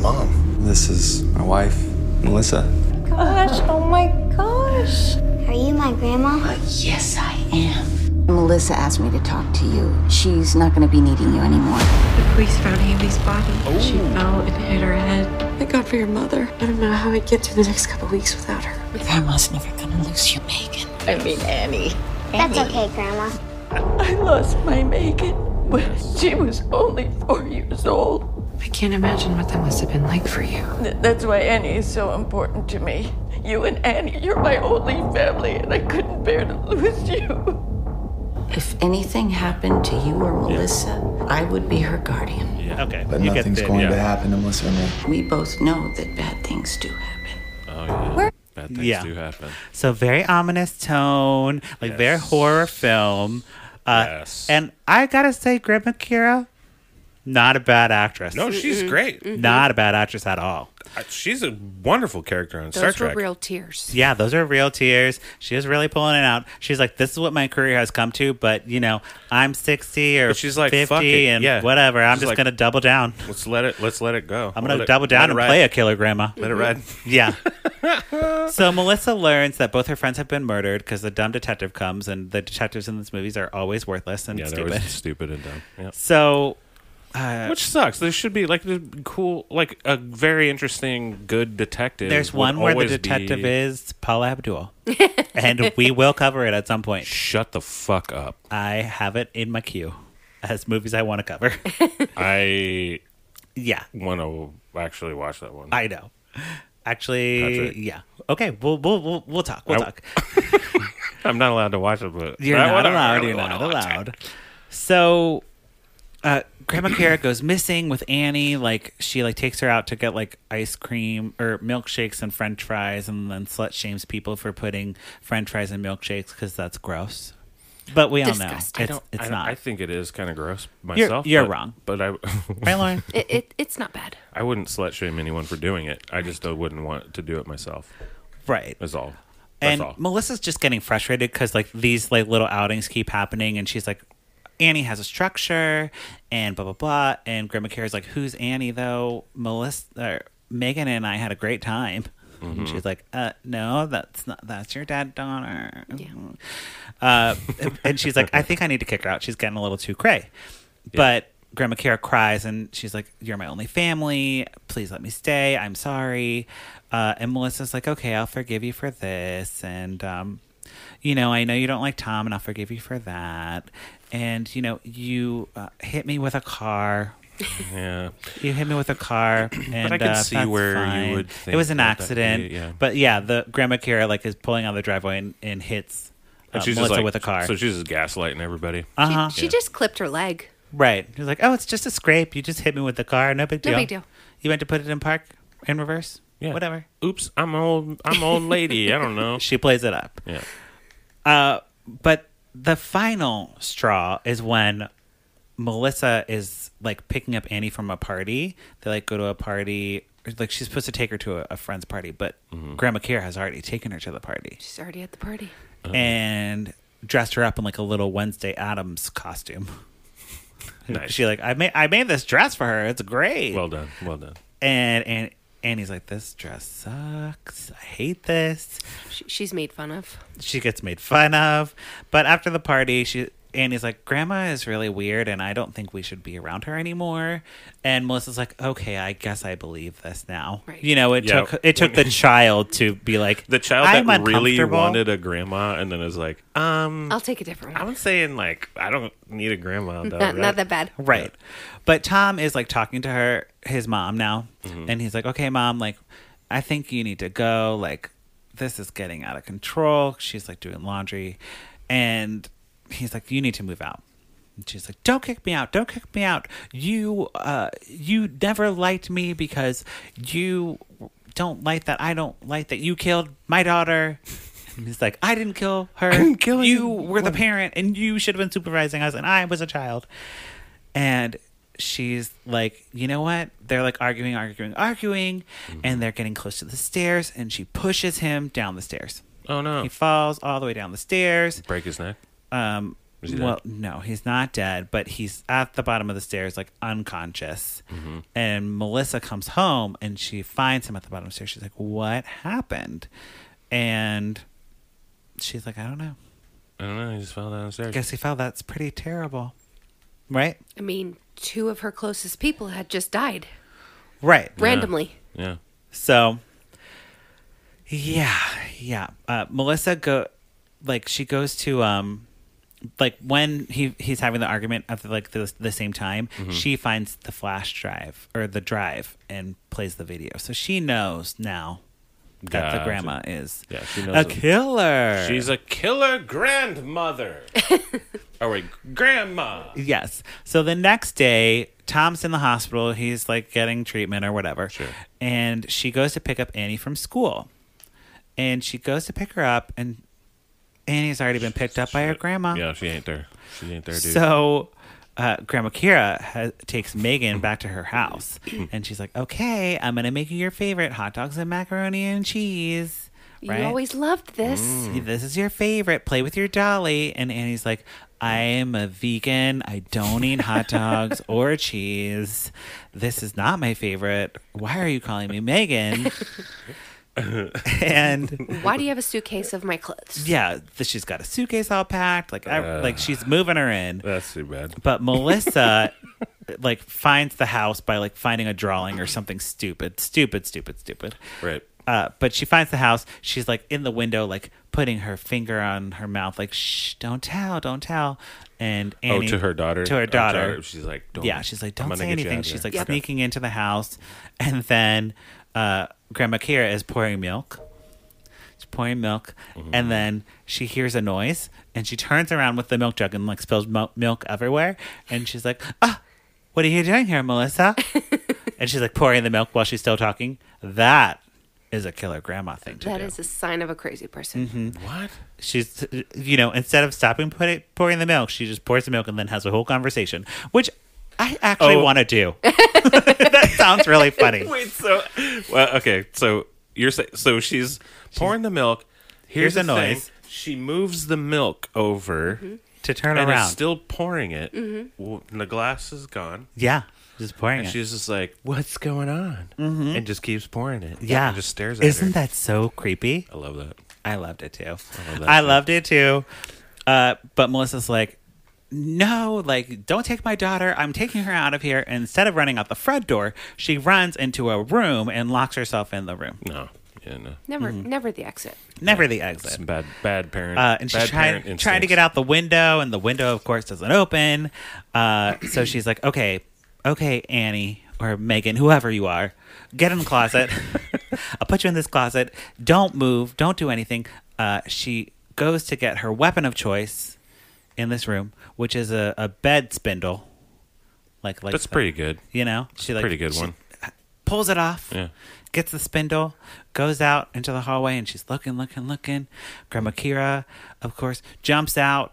Speaker 6: Mom, this is my wife, Melissa.
Speaker 5: Gosh, oh my gosh. Are you my grandma?
Speaker 7: Yes, I am. Melissa asked me to talk to you. She's not going to be needing you anymore.
Speaker 8: The police found Haley's body. She fell and hit her head. Thank God for your mother. I don't know how I'd get through the next couple weeks without her.
Speaker 7: Grandma's never going to lose you, Megan. I mean, Annie.
Speaker 5: That's okay, grandma.
Speaker 8: I lost my Megan when she was only four years old. I can't imagine what that must have been like for you.
Speaker 9: That's why Annie is so important to me. You and Annie, you're my only family, and I couldn't bear to lose you.
Speaker 7: If anything happened to you or Melissa, I would be her guardian.
Speaker 1: Okay.
Speaker 6: But
Speaker 1: you get
Speaker 6: nothing's
Speaker 1: the
Speaker 6: going
Speaker 1: idea.
Speaker 6: to happen to Melissa or me.
Speaker 7: We both know that bad things do happen.
Speaker 2: Oh yeah. Bad things
Speaker 1: Yeah.
Speaker 2: do happen.
Speaker 1: So very ominous tone, like very horror film. Uh,
Speaker 2: Yes.
Speaker 1: And I gotta say, Greg Makira, not a bad actress.
Speaker 2: No, she's
Speaker 3: mm-hmm.
Speaker 2: great.
Speaker 1: not a bad actress at all.
Speaker 2: I- She's a wonderful character on Star
Speaker 3: Those were
Speaker 2: Trek.
Speaker 3: real tears.
Speaker 1: Yeah, those are real tears. She is really pulling it out. She's like, "This is what my career has come to," but you know, I'm sixty or
Speaker 2: But she's like,
Speaker 1: fifty,
Speaker 2: "Fuck it,"
Speaker 1: and
Speaker 2: yeah.
Speaker 1: whatever. I'm
Speaker 2: She's
Speaker 1: just
Speaker 2: like-
Speaker 1: gonna double down.
Speaker 2: Let's let it. Let's let it go.
Speaker 1: I'm gonna double down and play a killer grandma.
Speaker 2: Let
Speaker 3: Mm-hmm.
Speaker 2: it ride.
Speaker 1: Yeah. so Melissa learns that both her friends have been murdered because the dumb detective comes, and the detectives in these movies are always worthless and
Speaker 2: Yeah, they're
Speaker 1: stupid.
Speaker 2: always stupid and dumb. Yeah.
Speaker 1: So
Speaker 2: Which sucks. There should be like this cool, like a very interesting, good detective.
Speaker 1: there's
Speaker 2: would
Speaker 1: one where the
Speaker 2: always
Speaker 1: detective
Speaker 2: be-
Speaker 1: is Paula Abdul, and we will cover it at some point.
Speaker 2: Shut the fuck up.
Speaker 1: I have it in my queue as movies I want to cover.
Speaker 2: I
Speaker 1: yeah,
Speaker 2: want to actually watch that one.
Speaker 1: I know. Actually,
Speaker 2: Patrick.
Speaker 1: yeah. Okay, we'll we'll we'll, we'll talk. We'll
Speaker 2: I-
Speaker 1: talk.
Speaker 2: I'm not allowed to watch it, but
Speaker 1: You're
Speaker 2: I
Speaker 1: not
Speaker 2: wanna-
Speaker 1: allowed.
Speaker 2: I
Speaker 1: You're
Speaker 2: wanna
Speaker 1: not
Speaker 2: watch it.
Speaker 1: allowed. So, uh, Grandma Kara goes missing with Annie. Like she like takes her out to get like ice cream or milkshakes and French fries, and then slut shames people for putting French fries and milkshakes because that's gross. But we all
Speaker 3: Disgusting.
Speaker 1: know it's,
Speaker 2: I
Speaker 1: it's
Speaker 2: don't-
Speaker 1: not.
Speaker 2: I think it is kind of gross myself.
Speaker 1: you're
Speaker 2: but-
Speaker 1: wrong.
Speaker 2: But I,
Speaker 1: right, Lauren?
Speaker 3: It, it, it's not bad.
Speaker 2: I wouldn't slut shame anyone for doing it. I just uh, wouldn't want to do it myself.
Speaker 1: right.
Speaker 2: That's all. That's
Speaker 1: and
Speaker 2: all.
Speaker 1: Melissa's just getting frustrated because like these like little outings keep happening, and she's like, Annie has a structure, and blah blah blah, and Grandma Kara's like, who's Annie though? Melissa, or Megan and I had a great time.
Speaker 2: Mm-hmm.
Speaker 1: And she's like, uh, no, that's not that's your dad daughter. Uh, and she's like, I think I need to kick her out. She's getting a little too cray. But Grandma Kara cries and she's like, You're my only family. Please let me stay. I'm sorry. Uh, and Melissa's like, Okay, I'll forgive you for this. And, um, you know, I know you don't like Tom and I'll forgive you for that. And, you know, you uh, hit me with a car.
Speaker 2: yeah.
Speaker 1: You hit me with a car. And,
Speaker 2: can
Speaker 1: uh,
Speaker 2: see
Speaker 1: that's
Speaker 2: where you
Speaker 1: fine.
Speaker 2: would
Speaker 1: it
Speaker 2: think
Speaker 1: was an
Speaker 2: that that could be-
Speaker 1: accident.
Speaker 2: yeah.
Speaker 1: But yeah, the Grandma Kara, like, is pulling out the driveway and, and hits uh,
Speaker 2: And she's
Speaker 1: Melissa
Speaker 2: just like,
Speaker 1: with a car. Uh-huh.
Speaker 2: So she's just gaslighting everybody.
Speaker 3: She, she just clipped her leg.
Speaker 1: Right. He was like, oh, it's just a scrape. You just hit me with the car. No big
Speaker 3: No
Speaker 1: deal.
Speaker 3: big deal.
Speaker 1: You meant to put it in park in reverse?
Speaker 2: Yeah.
Speaker 1: Whatever.
Speaker 2: Oops, I'm an old. I'm an old lady. I don't know.
Speaker 1: She plays it up.
Speaker 2: Yeah.
Speaker 1: Uh, but the final straw is when Melissa is like picking up Annie from a party. They like go to a party. Like she's supposed to take her to a, a friend's party, but
Speaker 2: Mm-hmm.
Speaker 1: Grandma Kira has already taken her to the party
Speaker 3: She's already at the party.
Speaker 2: Uh-huh.
Speaker 1: and dressed her up in like a little Wednesday Adams costume.
Speaker 2: Nice.
Speaker 1: She like I made I made this dress for her. It's great.
Speaker 2: well done. Well done.
Speaker 1: and and Annie's like, "This dress sucks. I hate this."
Speaker 3: She, she's made fun of.
Speaker 1: She gets made fun of, but after the party, she Annie's like, "Grandma is really weird, and I don't think we should be around her anymore." And Melissa's like, "Okay, I guess I believe this now."
Speaker 3: Right.
Speaker 1: You know, it
Speaker 2: Yeah.
Speaker 1: took it took the child to be like
Speaker 2: The child
Speaker 1: "I'm
Speaker 2: that really
Speaker 1: uncomfortable."
Speaker 2: wanted a grandma and then is like, um,
Speaker 3: I'll take a different one.
Speaker 2: I'm saying like I don't need a grandma. Though,
Speaker 3: Not,
Speaker 2: right?
Speaker 3: not that bad.
Speaker 1: Right. But Tom is like talking to her, his mom now. And he's like, okay, mom, like, I think you need to go. Like, this is getting out of control. She's like doing laundry. And he's like, you need to move out. And she's like, don't kick me out. Don't kick me out. You, uh, you never liked me because you don't like that. I don't like that you killed my daughter. And he's like, I didn't kill her.
Speaker 2: didn't kill
Speaker 1: you
Speaker 2: you.
Speaker 1: were the parent and you should have been supervising us and I was a child. and she's like, you know what? They're like arguing, arguing, arguing,
Speaker 2: Mm-hmm.
Speaker 1: and they're getting close to the stairs, and she pushes him down the stairs.
Speaker 2: Oh no!
Speaker 1: He falls all the way down the stairs.
Speaker 2: Break his neck.
Speaker 1: Um,
Speaker 2: Is he dead?
Speaker 1: well, no, he's not dead, but he's at the bottom of the stairs, like unconscious.
Speaker 2: Mm-hmm.
Speaker 1: And Melissa comes home and she finds him at the bottom of the stairs. She's like, What happened? And she's like, I don't know.
Speaker 2: I don't know. He just fell down the
Speaker 1: I
Speaker 2: stairs.
Speaker 1: guess he fell. That's pretty terrible. Right?
Speaker 3: I mean, two of her closest people had just died
Speaker 1: Right.
Speaker 3: randomly.
Speaker 2: Yeah.
Speaker 1: So, yeah, yeah. Uh, Melissa go like she goes to um like when he he's having the argument at like the, the same time,
Speaker 2: Mm-hmm.
Speaker 1: she finds the flash drive or the drive and plays the video. So she knows now that the
Speaker 2: Gotcha.
Speaker 1: grandma is
Speaker 2: Yeah, she knows
Speaker 1: a
Speaker 2: it.
Speaker 1: killer.
Speaker 2: She's a killer grandmother. oh wait, grandma.
Speaker 1: Yes. So the next day, Tom's in the hospital. He's like getting treatment or whatever.
Speaker 2: Sure.
Speaker 1: And she goes to pick up Annie from school. And she goes to pick her up, and Annie's already been picked up by her grandma.
Speaker 2: Yeah, she ain't there. She ain't there, dude.
Speaker 1: So uh, Grandma Kira ha- takes Megan back to her house. and she's like, okay, I'm going to make you your favorite hot dogs and macaroni and cheese. Right?
Speaker 3: You always loved this.
Speaker 1: this is your favorite. Play with your dolly. And Annie's like, I am a vegan. I don't eat hot dogs or cheese. This is not my favorite. Why are you calling me Megan? and
Speaker 2: Mm.
Speaker 3: Why do you have a suitcase of my clothes?
Speaker 1: yeah, th- she's got a suitcase all packed. Like, I, like she's moving her in.
Speaker 2: That's too bad.
Speaker 1: But Melissa like finds the house by like finding a drawing or something stupid, stupid, stupid, stupid.
Speaker 2: Right.
Speaker 1: Uh, but she finds the house. She's like in the window, like putting her finger on her mouth, like "Shh, don't tell, don't tell." And Annie,
Speaker 2: oh, to her daughter.
Speaker 1: to her
Speaker 2: Or
Speaker 1: daughter.
Speaker 2: She's like, don't,
Speaker 1: yeah, she's like,
Speaker 2: I'm
Speaker 1: "Don't
Speaker 2: gonna
Speaker 1: say
Speaker 2: get you out
Speaker 1: anything."
Speaker 2: of
Speaker 1: She's
Speaker 2: there.
Speaker 1: like sneaking into the house, and then uh, Grandma Kira is pouring milk. She's pouring milk,
Speaker 2: Mm-hmm.
Speaker 1: and then she hears a noise, and she turns around with the milk jug and like spills mo- milk everywhere, and she's like, "Ah, what are you doing here, Melissa?" and she's like pouring the milk while she's still talking. That is a killer grandma thing to
Speaker 3: That
Speaker 1: do.
Speaker 3: is a sign of a crazy person.
Speaker 2: Mm-hmm. What?
Speaker 1: She's, you know, instead of stopping put it, pouring the milk, she just pours the milk and then has a whole conversation, which I actually
Speaker 2: Oh.
Speaker 1: want to do. that sounds really funny.
Speaker 2: Wait, so well, okay, so you're saying so she's pouring the milk.
Speaker 1: Here's
Speaker 2: Here's,
Speaker 1: a
Speaker 2: the thing,
Speaker 1: noise.
Speaker 2: She moves the milk over
Speaker 1: To turn
Speaker 2: and
Speaker 1: around.
Speaker 2: is still pouring it. W- and the glass is gone.
Speaker 1: yeah. Just pouring
Speaker 2: And
Speaker 1: it.
Speaker 2: she's just like, "What's going on?" And just keeps pouring it.
Speaker 1: yeah.
Speaker 2: and just stares at
Speaker 1: Isn't
Speaker 2: her.
Speaker 1: that so creepy?
Speaker 2: I love that.
Speaker 1: I loved it too. I,
Speaker 2: that too.
Speaker 1: loved it too. Uh, but Melissa's like, no, like, don't take my daughter. I'm taking her out of here. And instead of running out the front door, she runs into a room and locks herself in the room.
Speaker 2: No, yeah, no.
Speaker 3: Never, never the exit.
Speaker 1: Never the exit.
Speaker 2: Some bad, bad parent.
Speaker 1: Uh, and she
Speaker 2: bad
Speaker 1: tried,
Speaker 2: parent
Speaker 1: tried to
Speaker 2: instincts.
Speaker 1: get out the window, and the window, of course, doesn't open. Uh, so she's like, okay, okay, Annie or Megan, whoever you are, get in the closet. I'll put you in this closet. Don't move. Don't do anything. Uh, she goes to get her weapon of choice in this room, which is a, a bed spindle. Like, like
Speaker 2: That's
Speaker 1: the-
Speaker 2: pretty good.
Speaker 1: You know, she like
Speaker 2: pretty good
Speaker 1: she
Speaker 2: one.
Speaker 1: Pulls it off.
Speaker 2: Yeah.
Speaker 1: Gets the spindle, goes out into the hallway, and she's looking, looking, looking. Grandma Kira, of course, jumps out.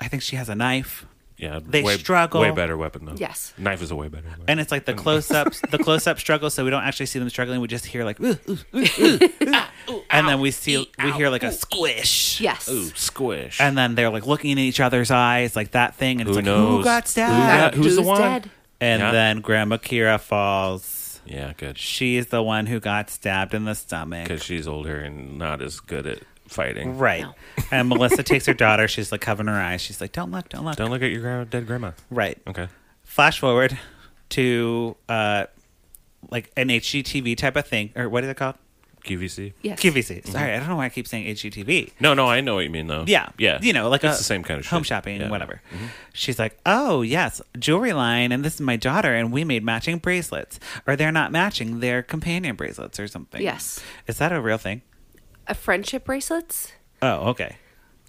Speaker 1: I think she has a knife,
Speaker 2: Yeah,
Speaker 1: They
Speaker 2: way,
Speaker 1: struggle.
Speaker 2: Way better weapon though.
Speaker 3: Yes.
Speaker 2: knife is a way better. Weapon.
Speaker 1: and it's like the close ups, the close up struggle. So we don't actually see them struggling. We just hear like, ooh, ooh, ooh, ooh, ooh. and then we see we hear like a squish.
Speaker 3: Yes.
Speaker 2: Ooh, squish.
Speaker 1: And then they're like looking in each other's eyes, like that thing, and it's
Speaker 2: Who
Speaker 1: like, who
Speaker 2: knows?
Speaker 1: got
Speaker 2: Who
Speaker 1: stabbed?
Speaker 2: got- who's the one?
Speaker 3: Dead?
Speaker 1: And
Speaker 2: Yeah.
Speaker 1: then Grandma Kira falls.
Speaker 2: yeah, good.
Speaker 1: She's the one who got stabbed in the stomach.
Speaker 2: because she's older and not as good at fighting.
Speaker 1: Right. And Melissa takes her daughter. She's like covering her eyes. She's like, don't look, don't look.
Speaker 2: Don't look at your grandma, dead grandma.
Speaker 1: Right.
Speaker 2: Okay.
Speaker 1: Flash forward to uh, like an HGTV type of thing. Or what is it called?
Speaker 2: QVC.
Speaker 3: Yes.
Speaker 1: QVC.
Speaker 2: Mm-hmm.
Speaker 1: Sorry, I don't know why I keep saying HGTV.
Speaker 2: No, no, I know what you mean though.
Speaker 1: Yeah.
Speaker 2: yeah.
Speaker 1: You know, like
Speaker 2: it's
Speaker 1: a
Speaker 2: the same kind of shit.
Speaker 1: home shopping,
Speaker 2: Yeah. Mm-hmm.
Speaker 1: whatever. She's like, oh, yes, jewelry line. And this is my daughter. And we made matching bracelets. Or they're not matching. They're companion bracelets or something.
Speaker 3: Yes.
Speaker 1: Is that a real thing?
Speaker 3: A friendship bracelets,
Speaker 1: Oh, okay.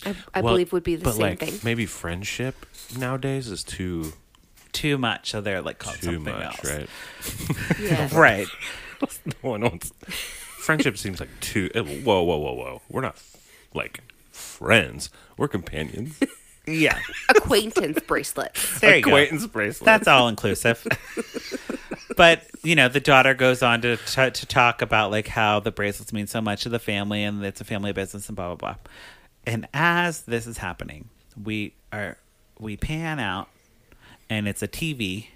Speaker 3: I, I
Speaker 2: Well,
Speaker 3: believe, would be the
Speaker 2: but
Speaker 3: same
Speaker 2: like,
Speaker 3: thing.
Speaker 2: Maybe friendship nowadays is too
Speaker 1: Too much. So they're like called
Speaker 2: too
Speaker 1: something
Speaker 2: much,
Speaker 1: else.
Speaker 2: right?
Speaker 3: Yes.
Speaker 1: Right.
Speaker 2: No one wants. friendship seems like too. eh, Whoa, whoa, whoa, whoa. We're not like friends. We're companions.
Speaker 1: Yeah.
Speaker 3: acquaintance bracelets.
Speaker 1: There you go.
Speaker 2: Acquaintance bracelet.
Speaker 1: That's all inclusive. but you know, the daughter goes on to t- to talk about like how the bracelets mean so much to the family and it's a family business and blah blah blah. And as this is happening, we are we pan out, and it's a TV.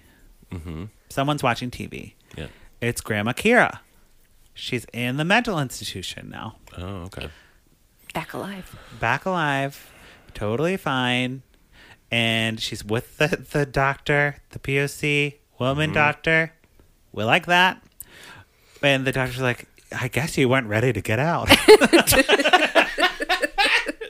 Speaker 2: Mm-hmm.
Speaker 1: Someone's watching TV.
Speaker 2: yeah.
Speaker 1: It's Grandma Kira. She's in the mental institution now
Speaker 2: Oh, okay.
Speaker 3: Back alive.
Speaker 1: back alive, totally fine, and she's with the, the doctor, the POC
Speaker 2: Mm-hmm.
Speaker 1: woman doctor. We like that. And the doctor's like, I guess you weren't ready to get out.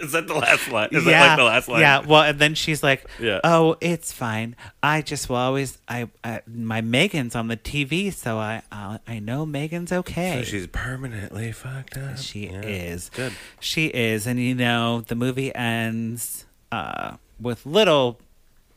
Speaker 2: Is that the last line? Is that like the last line?
Speaker 1: Yeah. Well, and then she's like,
Speaker 2: Yeah.
Speaker 1: "Oh, it's fine. I just will always. I, I my Megan's on the TV, so I I, I know Megan's okay.
Speaker 2: So she's permanently fucked up.
Speaker 1: She
Speaker 2: Yeah.
Speaker 1: is.
Speaker 2: Good.
Speaker 1: She is. And you know, the movie ends uh, with little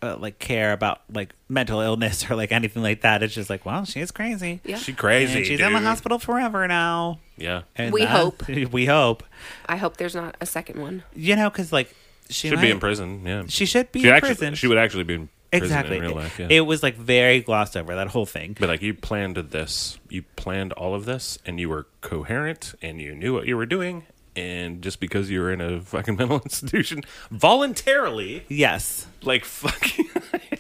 Speaker 1: uh, like care about like mental illness or like anything like that. It's just like, well, she's crazy.
Speaker 3: Yeah.
Speaker 2: She crazy.
Speaker 1: And she's
Speaker 2: dude.
Speaker 1: in the hospital forever now.
Speaker 2: Yeah.
Speaker 1: And
Speaker 3: We hope.
Speaker 1: We hope.
Speaker 3: I hope there's not a second one.
Speaker 1: You know, because like she
Speaker 2: Should
Speaker 1: might-
Speaker 2: be in prison. Yeah.
Speaker 1: She should be
Speaker 2: She
Speaker 1: in
Speaker 2: actually,
Speaker 1: prison.
Speaker 2: She would actually be in prison
Speaker 1: exactly.
Speaker 2: in real life. Yeah.
Speaker 1: It was like very glossed over that whole thing.
Speaker 2: But like you planned this, you planned all of this, and you were coherent, and you knew what you were doing, and just because you were in a fucking mental institution voluntarily,
Speaker 1: Yes,
Speaker 2: like fucking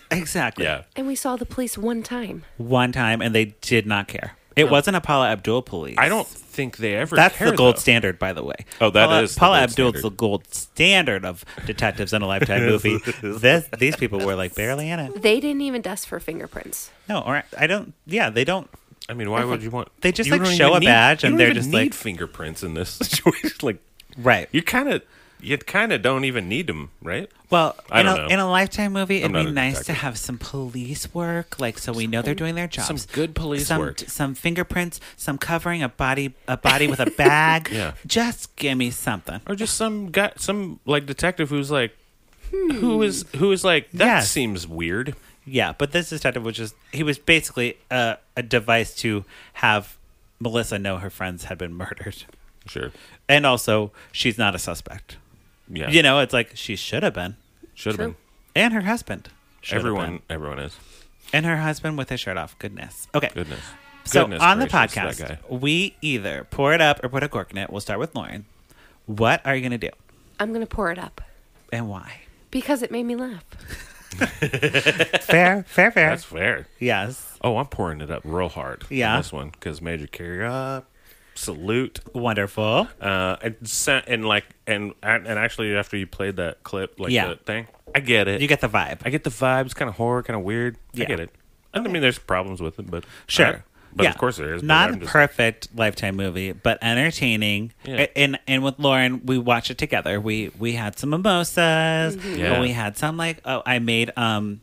Speaker 1: exactly.
Speaker 2: yeah,
Speaker 3: And we saw the police one time.
Speaker 1: One time, and they did not care. It wasn't Apollo Abdul police.
Speaker 2: I don't think they ever.
Speaker 1: That's
Speaker 2: care,
Speaker 1: the gold
Speaker 2: though.
Speaker 1: standard, by the way.
Speaker 2: Oh, that
Speaker 1: that is Paula,
Speaker 2: is the
Speaker 1: Paula Abdul's
Speaker 2: gold standard.
Speaker 1: the gold standard of detectives in a lifetime movie. this, these people were like barely in it.
Speaker 3: They didn't even dust for fingerprints.
Speaker 1: No, or I don't. Yeah, they don't.
Speaker 2: I mean, why would you want?
Speaker 1: They just,
Speaker 2: you
Speaker 1: like,
Speaker 2: don't
Speaker 1: show
Speaker 2: even
Speaker 1: a
Speaker 2: need-
Speaker 1: badge
Speaker 2: you
Speaker 1: and
Speaker 2: don't
Speaker 1: they're
Speaker 2: even
Speaker 1: just,
Speaker 2: need
Speaker 1: like-
Speaker 2: fingerprints in this situation. like
Speaker 1: Right.
Speaker 2: you kind of, you kind of don't even need them, right?
Speaker 1: well,
Speaker 2: I
Speaker 1: in,
Speaker 2: don't
Speaker 1: a,
Speaker 2: know.
Speaker 1: in a lifetime movie, it'd
Speaker 2: I'm not
Speaker 1: be
Speaker 2: a
Speaker 1: nice to
Speaker 2: detective.
Speaker 1: have some police work, like so we know they're doing their jobs.
Speaker 2: some good police
Speaker 1: some,
Speaker 2: work.
Speaker 1: some fingerprints, some covering a body, a body with a bag.
Speaker 2: Yeah.
Speaker 1: Just give me something.
Speaker 2: or just some guy, some like detective who's like, who is who is like that
Speaker 1: Hmm. Yes.
Speaker 2: seems weird.
Speaker 1: Yeah, but this detective was just he was basically a, a device to have Melissa know her friends had been murdered.
Speaker 2: Sure,
Speaker 1: And also, she's not a suspect.
Speaker 2: yeah,
Speaker 1: You know, it's like she should have been.
Speaker 2: should have been.
Speaker 1: And her husband. should have
Speaker 2: everyone,
Speaker 1: been.
Speaker 2: everyone is.
Speaker 1: And her husband with his shirt off. Goodness. Okay.
Speaker 2: Goodness.
Speaker 1: So
Speaker 2: Goodness
Speaker 1: on the
Speaker 2: gracious, that guy.
Speaker 1: podcast, we either pour it up or put a cork in it. We'll start with Lauren. What are you going to do
Speaker 3: I'm going to pour it up
Speaker 1: and why?
Speaker 3: because it made me laugh.
Speaker 1: Fair, fair, fair.
Speaker 2: That's fair.
Speaker 1: yes.
Speaker 2: Oh, I'm pouring it up real hard. on
Speaker 1: Yeah.
Speaker 2: this one because Major Carey up. Salute.
Speaker 1: Wonderful.
Speaker 2: Uh, and, sa- and like, and and actually, after you played that clip, like
Speaker 1: Yeah.
Speaker 2: the thing, I get it.
Speaker 1: You get the vibe.
Speaker 2: I get the vibes. Kind of horror. Kind of weird.
Speaker 1: Yeah.
Speaker 2: I get it. I don't mean, there's problems with it, but
Speaker 1: Sure.
Speaker 2: I- but
Speaker 1: Yeah.
Speaker 2: of course there is. but
Speaker 1: Not a
Speaker 2: I'm just-
Speaker 1: perfect lifetime movie, but entertaining.
Speaker 2: Yeah.
Speaker 1: A- And and with Lauren, we watched it together. We we had some mimosas.
Speaker 2: Mm-hmm. Yeah.
Speaker 1: And we had some like oh I made um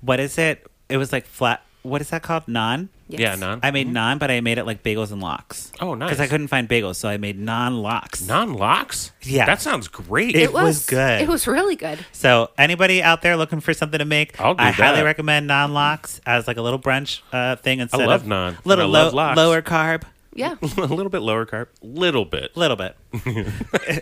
Speaker 1: what is it? It was like flat what is that called? Naan?
Speaker 3: Yes.
Speaker 2: Yeah, non.
Speaker 1: I made naan, but I made it like bagels and locks.
Speaker 2: Mm-hmm. Oh, nice.
Speaker 1: Because I couldn't find bagels, so I made naan locks.
Speaker 2: non locks.
Speaker 1: Yeah.
Speaker 2: that sounds great.
Speaker 1: It was good.
Speaker 3: It was really good.
Speaker 1: So anybody out there looking for something to make,
Speaker 2: I'll do
Speaker 1: I highly
Speaker 2: that.
Speaker 1: recommend naan locks as like a little brunch uh, thing instead
Speaker 2: love
Speaker 1: of
Speaker 2: naan,
Speaker 1: little
Speaker 2: and I love
Speaker 1: low,
Speaker 2: lox.
Speaker 1: lower carb,
Speaker 3: Yeah.
Speaker 2: a little bit lower carb. Little bit.
Speaker 1: little bit,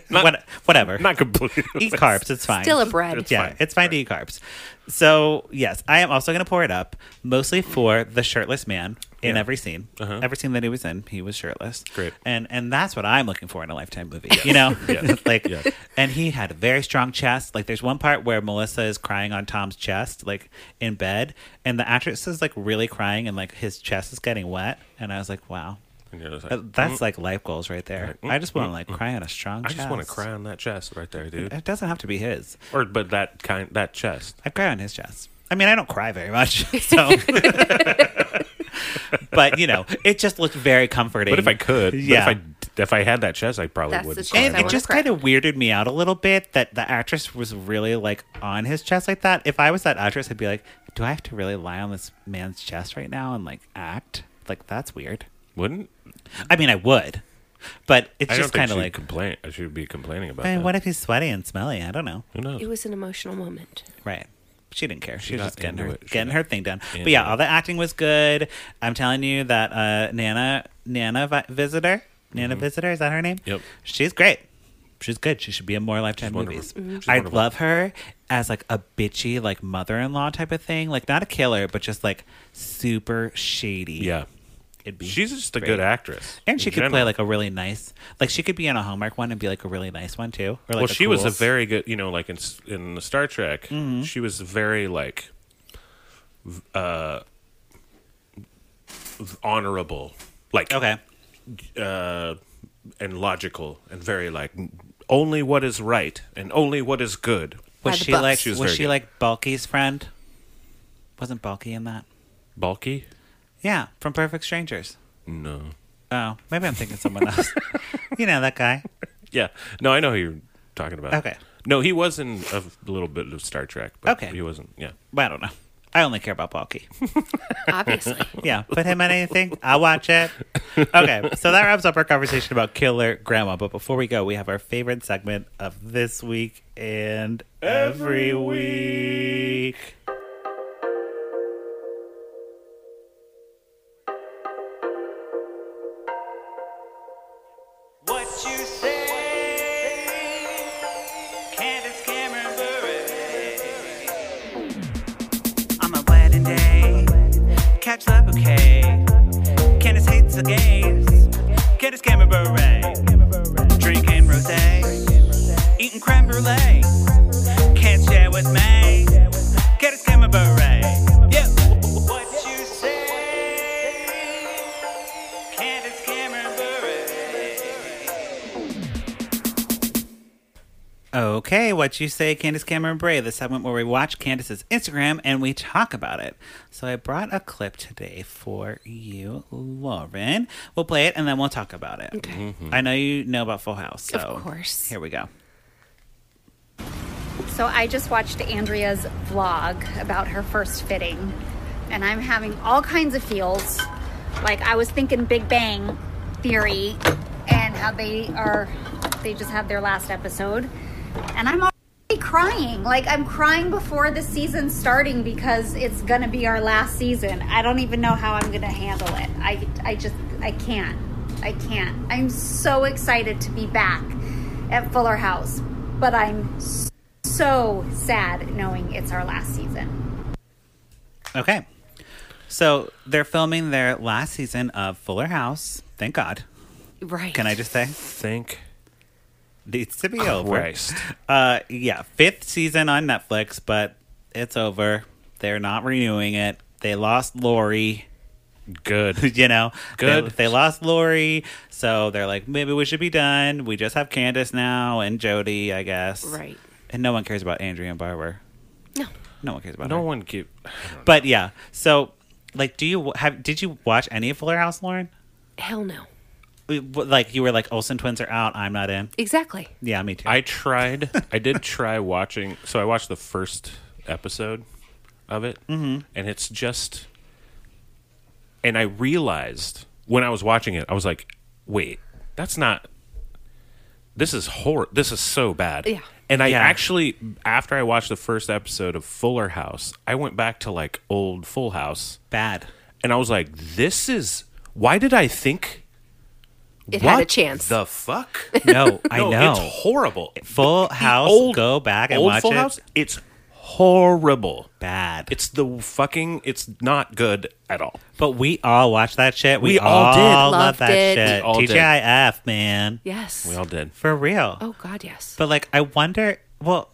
Speaker 1: What- whatever.
Speaker 2: Not completely.
Speaker 1: eat carbs. It's fine.
Speaker 3: Still a bread.
Speaker 2: It's
Speaker 1: yeah,
Speaker 2: fine.
Speaker 1: it's fine to eat carbs. So yes, I am also going to pour it up mostly for the shirtless man in
Speaker 2: Yeah. Uh-huh.
Speaker 1: every scene. Every scene that he was in, he was shirtless.
Speaker 2: Great.
Speaker 1: And and that's what I'm looking for in a lifetime movie. You know, like,
Speaker 2: Yeah.
Speaker 1: and he had a very strong chest. Like, there's one part where Melissa is crying on Tom's chest, like in bed, and the actress is like really crying, and like his chest is getting wet. And I was like, wow.
Speaker 2: And you're just like,
Speaker 1: Uh, That's like life goals right there.
Speaker 2: Mm,
Speaker 1: I just want to like cry on a strong
Speaker 2: I
Speaker 1: chest.
Speaker 2: just want to cry on that chest right there, dude.
Speaker 1: It doesn't have to be his.
Speaker 2: Or but that kind that chest.
Speaker 1: I cry on his chest. I mean, I don't cry very much, so. but you know, it just looked very comforting.
Speaker 2: But if I could,
Speaker 1: yeah.
Speaker 2: yeah. If I if I had that chest, I probably
Speaker 3: That's the
Speaker 2: wouldn't.
Speaker 3: chest
Speaker 2: cry.
Speaker 1: and
Speaker 3: I
Speaker 1: it
Speaker 3: wanna
Speaker 1: just
Speaker 3: cry.
Speaker 1: kind of weirded me out a little bit that the actress was really like on his chest like that. If I was that actress, I'd be like, "Do I have to really lie on this man's chest right now and like act like that's weird?"
Speaker 2: wouldn't.
Speaker 1: I
Speaker 2: I
Speaker 1: mean, I would, but it's
Speaker 2: don't
Speaker 1: just
Speaker 2: think
Speaker 1: kind of
Speaker 2: she'd
Speaker 1: like,
Speaker 2: complain. I should be complaining about
Speaker 1: "Man,
Speaker 2: that.
Speaker 1: what if he's sweaty and smelly? I don't know."
Speaker 2: Who
Speaker 3: It
Speaker 2: knows?
Speaker 3: was an emotional moment.
Speaker 1: Right. She didn't care. She, was
Speaker 2: got
Speaker 1: just getting her
Speaker 2: into it. She
Speaker 1: getting
Speaker 2: got
Speaker 1: her thing done. But
Speaker 2: into
Speaker 1: yeah,
Speaker 2: it.
Speaker 1: all the acting was good. I'm telling you that uh, Nana Nana vi- visitor Nana visitor is that her name?
Speaker 2: Mm-hmm. Yep.
Speaker 1: She's great. she's good. She should be in more Lifetime
Speaker 2: wonderful.
Speaker 1: movies.
Speaker 2: She's
Speaker 1: I
Speaker 2: wonderful.
Speaker 1: love her as like a bitchy like mother-in-law type of thing. Like not a killer, but just like super shady.
Speaker 2: Yeah.
Speaker 1: it'd be.
Speaker 2: She's just a
Speaker 1: great.
Speaker 2: good actress.
Speaker 1: and she
Speaker 2: in
Speaker 1: could play
Speaker 2: general.
Speaker 1: like a really nice, like she could be in a Hallmark one and be like a really nice one too. Or like
Speaker 2: well,
Speaker 1: a
Speaker 2: she was a
Speaker 1: Cools.
Speaker 2: very good, you know, like in S- in the Star Trek,
Speaker 1: Mm-hmm.
Speaker 2: she was very like, v- uh, v- honorable, like
Speaker 1: okay.
Speaker 2: uh, and logical, and very like only what is right and only what is good.
Speaker 1: Was
Speaker 3: By the
Speaker 1: she
Speaker 3: books.
Speaker 1: like
Speaker 2: She was
Speaker 1: was,
Speaker 2: very
Speaker 1: she
Speaker 2: good.
Speaker 1: like Bulky's friend? Wasn't Bulky in that?
Speaker 2: Bulky?
Speaker 1: Yeah, from Perfect Strangers.
Speaker 2: No.
Speaker 1: Oh, maybe I'm thinking someone else. you know that guy.
Speaker 2: Yeah. No, I know who you're talking about.
Speaker 1: Okay.
Speaker 2: No, he was in a f- little bit of Star Trek. But
Speaker 1: Okay.
Speaker 2: He wasn't. Yeah.
Speaker 1: Well, I don't know. I only care about Bulky.
Speaker 3: Obviously.
Speaker 1: Yeah, put him on anything. I'll watch it. Okay, so that wraps up our conversation about Killer Grandma. But before we go, we have our favorite segment of this week and every week. What you say, Candace Cameron On my wedding day, catch the bouquet. Candace hates the gays. Candace Cameron Drinking rosé, eating creme brulee. Can't share with me. Candace Cameron Yeah. What you say, Candace Cameron Okay, what you say, Candace Cameron Bray, the segment where we watch Candace's Instagram and we talk about it. So I brought a clip today for you, Lauren. We'll play it and then we'll talk about it. Okay. I know you know about Full House, so
Speaker 3: Of course.
Speaker 1: here we go.
Speaker 10: So I just watched Andrea's vlog about her first fitting, and I'm having all kinds of feels. Like I was thinking Big Bang Theory and how they are, they just had their last episode, and I'm already crying. Like I'm crying before the season starting because it's gonna be our last season. I don't even know how I'm gonna handle it. I, I just, I can't. I can't. I'm so excited to be back at Fuller House, but I'm so sad knowing it's our last season.
Speaker 1: Okay. So they're filming their last season of Fuller House. Thank God.
Speaker 3: Right.
Speaker 1: Can I just say?
Speaker 2: Thank
Speaker 1: Needs to be over.
Speaker 2: Christ.
Speaker 1: Uh, yeah, fifth season on Netflix, but it's over. They're not renewing it. They lost Lori.
Speaker 2: Good.
Speaker 1: you know
Speaker 2: Good.
Speaker 1: They, they lost lori so they're like maybe we should be done we just have candace now and jody i guess
Speaker 3: Right.
Speaker 1: and no one cares about andrea and barber
Speaker 3: No.
Speaker 1: no one cares about
Speaker 2: no
Speaker 1: her.
Speaker 2: one give.
Speaker 1: but yeah so like do you have did you watch any of fuller house lauren
Speaker 3: Hell no.
Speaker 1: like you were like olsen twins are out i'm not in
Speaker 3: Exactly.
Speaker 1: yeah me too
Speaker 2: I tried. I did try watching. So I watched the first episode of it, mm-hmm. and it's just. And I realized when I was watching it, I was like, "Wait, that's not. This is horror. This is so bad."
Speaker 3: Yeah.
Speaker 2: And I
Speaker 1: Yeah.
Speaker 2: actually, after I watched the first episode of Fuller House, I went back to like old Full House,
Speaker 1: bad
Speaker 2: and I was like, "This is why did I think
Speaker 3: It
Speaker 2: what
Speaker 3: had a chance.
Speaker 2: The fuck."
Speaker 1: no i
Speaker 2: No,
Speaker 1: know
Speaker 2: it's horrible.
Speaker 1: full
Speaker 2: The
Speaker 1: house go back and
Speaker 2: old
Speaker 1: watch
Speaker 2: Full
Speaker 1: it
Speaker 2: House. It's horrible.
Speaker 1: bad
Speaker 2: It's the fucking. It's not good at all.
Speaker 1: but we all watched that shit we,
Speaker 2: We all did.
Speaker 1: love
Speaker 3: Loved
Speaker 1: that
Speaker 3: it. We
Speaker 1: shit
Speaker 2: all did.
Speaker 1: tgif man
Speaker 3: yes.
Speaker 2: We all did.
Speaker 1: for real
Speaker 3: oh God, yes.
Speaker 1: But like, I wonder. Well,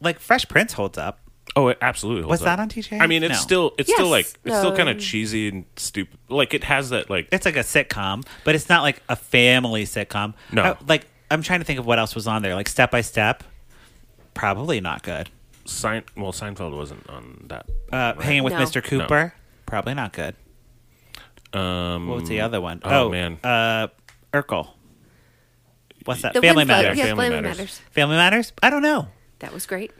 Speaker 1: like Fresh Prince holds up.
Speaker 2: Oh, it absolutely. holds
Speaker 1: Was
Speaker 2: up.
Speaker 1: that on TJ?
Speaker 2: I mean, it's
Speaker 1: No.
Speaker 2: still. It's still
Speaker 3: Yes.
Speaker 2: like. It's still kind
Speaker 3: Um,
Speaker 2: of cheesy and stupid. Like it has that like.
Speaker 1: It's like a sitcom, but it's not like a family sitcom.
Speaker 2: No.
Speaker 1: I- like I'm trying to think of what else was on there. Like Step by Step, probably not good.
Speaker 2: Sein- well, Seinfeld wasn't on that.
Speaker 1: Uh, Hanging with
Speaker 3: No.
Speaker 1: Mr. Cooper, probably not good.
Speaker 2: Um,
Speaker 1: What was the other one?
Speaker 2: oh, man.
Speaker 1: uh, Urkel. What's that?
Speaker 3: The
Speaker 1: Family
Speaker 3: Winslow-
Speaker 1: Matters.
Speaker 3: Yeah,
Speaker 2: Family
Speaker 3: Family
Speaker 2: Matters.
Speaker 3: Matters.
Speaker 1: Family Matters. I don't know.
Speaker 3: That was great.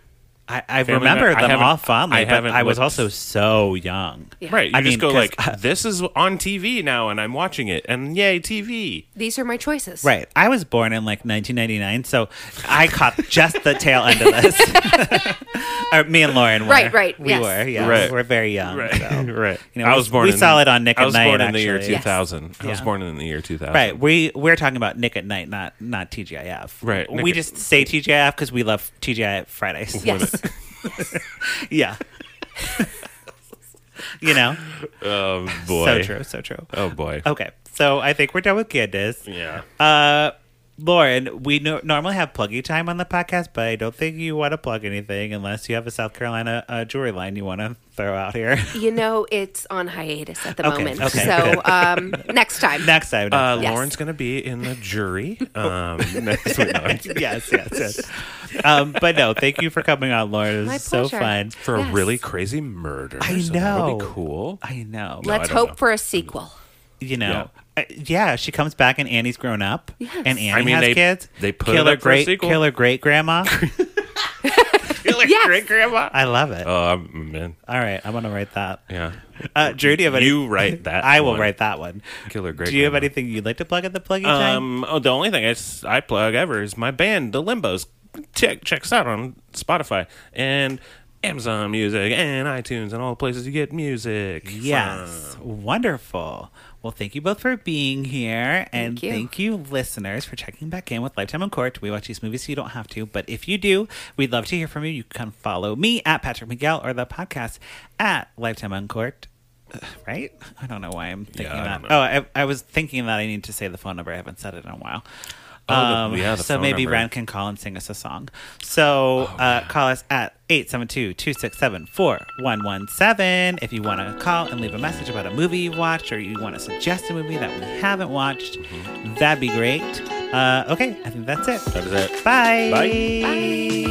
Speaker 1: I, I
Speaker 2: Family
Speaker 1: remember
Speaker 2: Matters- I
Speaker 1: them
Speaker 2: haven't-
Speaker 1: all fondly,
Speaker 2: I
Speaker 1: but
Speaker 2: haven't
Speaker 1: I was
Speaker 2: looked-
Speaker 1: also so young.
Speaker 2: Right. You
Speaker 1: I
Speaker 2: just
Speaker 1: mean,
Speaker 2: go
Speaker 1: 'cause,
Speaker 2: like, this is on TV now, and I'm watching it, and yay, TV.
Speaker 3: These are my choices.
Speaker 1: Right. I was born in like 1999, so I caught just the tail end of this. or me and Lauren were.
Speaker 3: Right, right,
Speaker 1: We
Speaker 3: yes.
Speaker 1: were, yeah.
Speaker 2: Right.
Speaker 1: We're very young.
Speaker 2: Right. right.
Speaker 1: You know, we- we saw it on Nick
Speaker 2: I
Speaker 1: at
Speaker 2: was
Speaker 1: Night,
Speaker 2: born in the year
Speaker 1: actually. Yes.
Speaker 2: 2000. I was
Speaker 1: Yeah.
Speaker 2: born in the year 2000.
Speaker 1: Right. We we're talking about Nick at Night, not not TGIF.
Speaker 2: Right, Nick
Speaker 1: we
Speaker 2: at-
Speaker 1: just say TGIF because we love TGIF Fridays.
Speaker 3: Yes.
Speaker 1: yeah. you know.
Speaker 2: Oh, boy.
Speaker 1: So true. So true.
Speaker 2: Oh, boy.
Speaker 1: Okay. So I think we're done with Candace.
Speaker 2: Yeah.
Speaker 1: Uh, Lauren, we no- normally have pluggy time on the podcast, but I don't think you want to plug anything unless you have a South Carolina uh, jewelry line you want to throw out here.
Speaker 3: You know, it's on hiatus at the
Speaker 1: Okay,
Speaker 3: moment.
Speaker 1: okay,
Speaker 3: so um, next time.
Speaker 1: next time. next
Speaker 2: Uh,
Speaker 1: time.
Speaker 3: Yes.
Speaker 2: Lauren's going to be in the jury um, next week. No, I'm kidding.
Speaker 1: yes, yes, yes. Um, but no, thank you for coming on, Lauren. It was
Speaker 3: My
Speaker 1: so
Speaker 3: pleasure.
Speaker 1: fun.
Speaker 2: for a
Speaker 3: Yes.
Speaker 2: really crazy murder.
Speaker 1: I
Speaker 2: so that would be
Speaker 1: know.
Speaker 2: cool.
Speaker 1: I know.
Speaker 2: I
Speaker 3: Let's
Speaker 2: don't
Speaker 3: hope
Speaker 2: know.
Speaker 3: for a sequel.
Speaker 1: you know. uh, Yeah, she comes back and Annie's grown up, and Annie
Speaker 2: mean,
Speaker 1: has
Speaker 2: they-
Speaker 1: kids.
Speaker 2: they put it
Speaker 1: killer
Speaker 2: up for a
Speaker 1: great,
Speaker 2: sequel.
Speaker 1: killer great grandma.
Speaker 3: Yes.
Speaker 2: grandma.
Speaker 1: I love it.
Speaker 2: Oh, I'm- man.
Speaker 1: All right, I'm gonna write that.
Speaker 2: Yeah.
Speaker 1: Uh, Drew, do you have any?
Speaker 2: You write that
Speaker 1: I will
Speaker 2: one.
Speaker 1: write that one.
Speaker 2: Killer great
Speaker 1: Do you have
Speaker 2: grandma.
Speaker 1: anything you'd like to plug at the pluggy time?
Speaker 2: Um, oh, the only thing I, s- I plug ever is my band, The Limbos. Check checks out on Spotify and Amazon Music and iTunes and all the places you get music. from.
Speaker 1: Yes, wonderful. Well, thank you both for being here, and
Speaker 3: Thank you.
Speaker 1: thank you, listeners, for checking back in with Lifetime on Court. We watch these movies, so you don't have to, but if you do, we'd love to hear from you. You can follow me at Patrick Miguel or the podcast at Lifetime on Court. Uh, Right? I don't know why I'm thinking
Speaker 2: I
Speaker 1: that.
Speaker 2: don't know.
Speaker 1: Oh, I, I was thinking that I need to say the phone number. I haven't said it in a while. Um,
Speaker 2: Oh, the- yeah, the
Speaker 1: so
Speaker 2: phone
Speaker 1: maybe
Speaker 2: number.
Speaker 1: Rand can call and sing us a song. So uh, call us at 872-267-4117 if you want to call and leave a message about a movie you watched or you want to suggest a movie that we haven't watched. That'd be great. Uh, okay, I think that's it.
Speaker 2: That is it.
Speaker 1: Bye.
Speaker 2: Bye.
Speaker 1: Bye.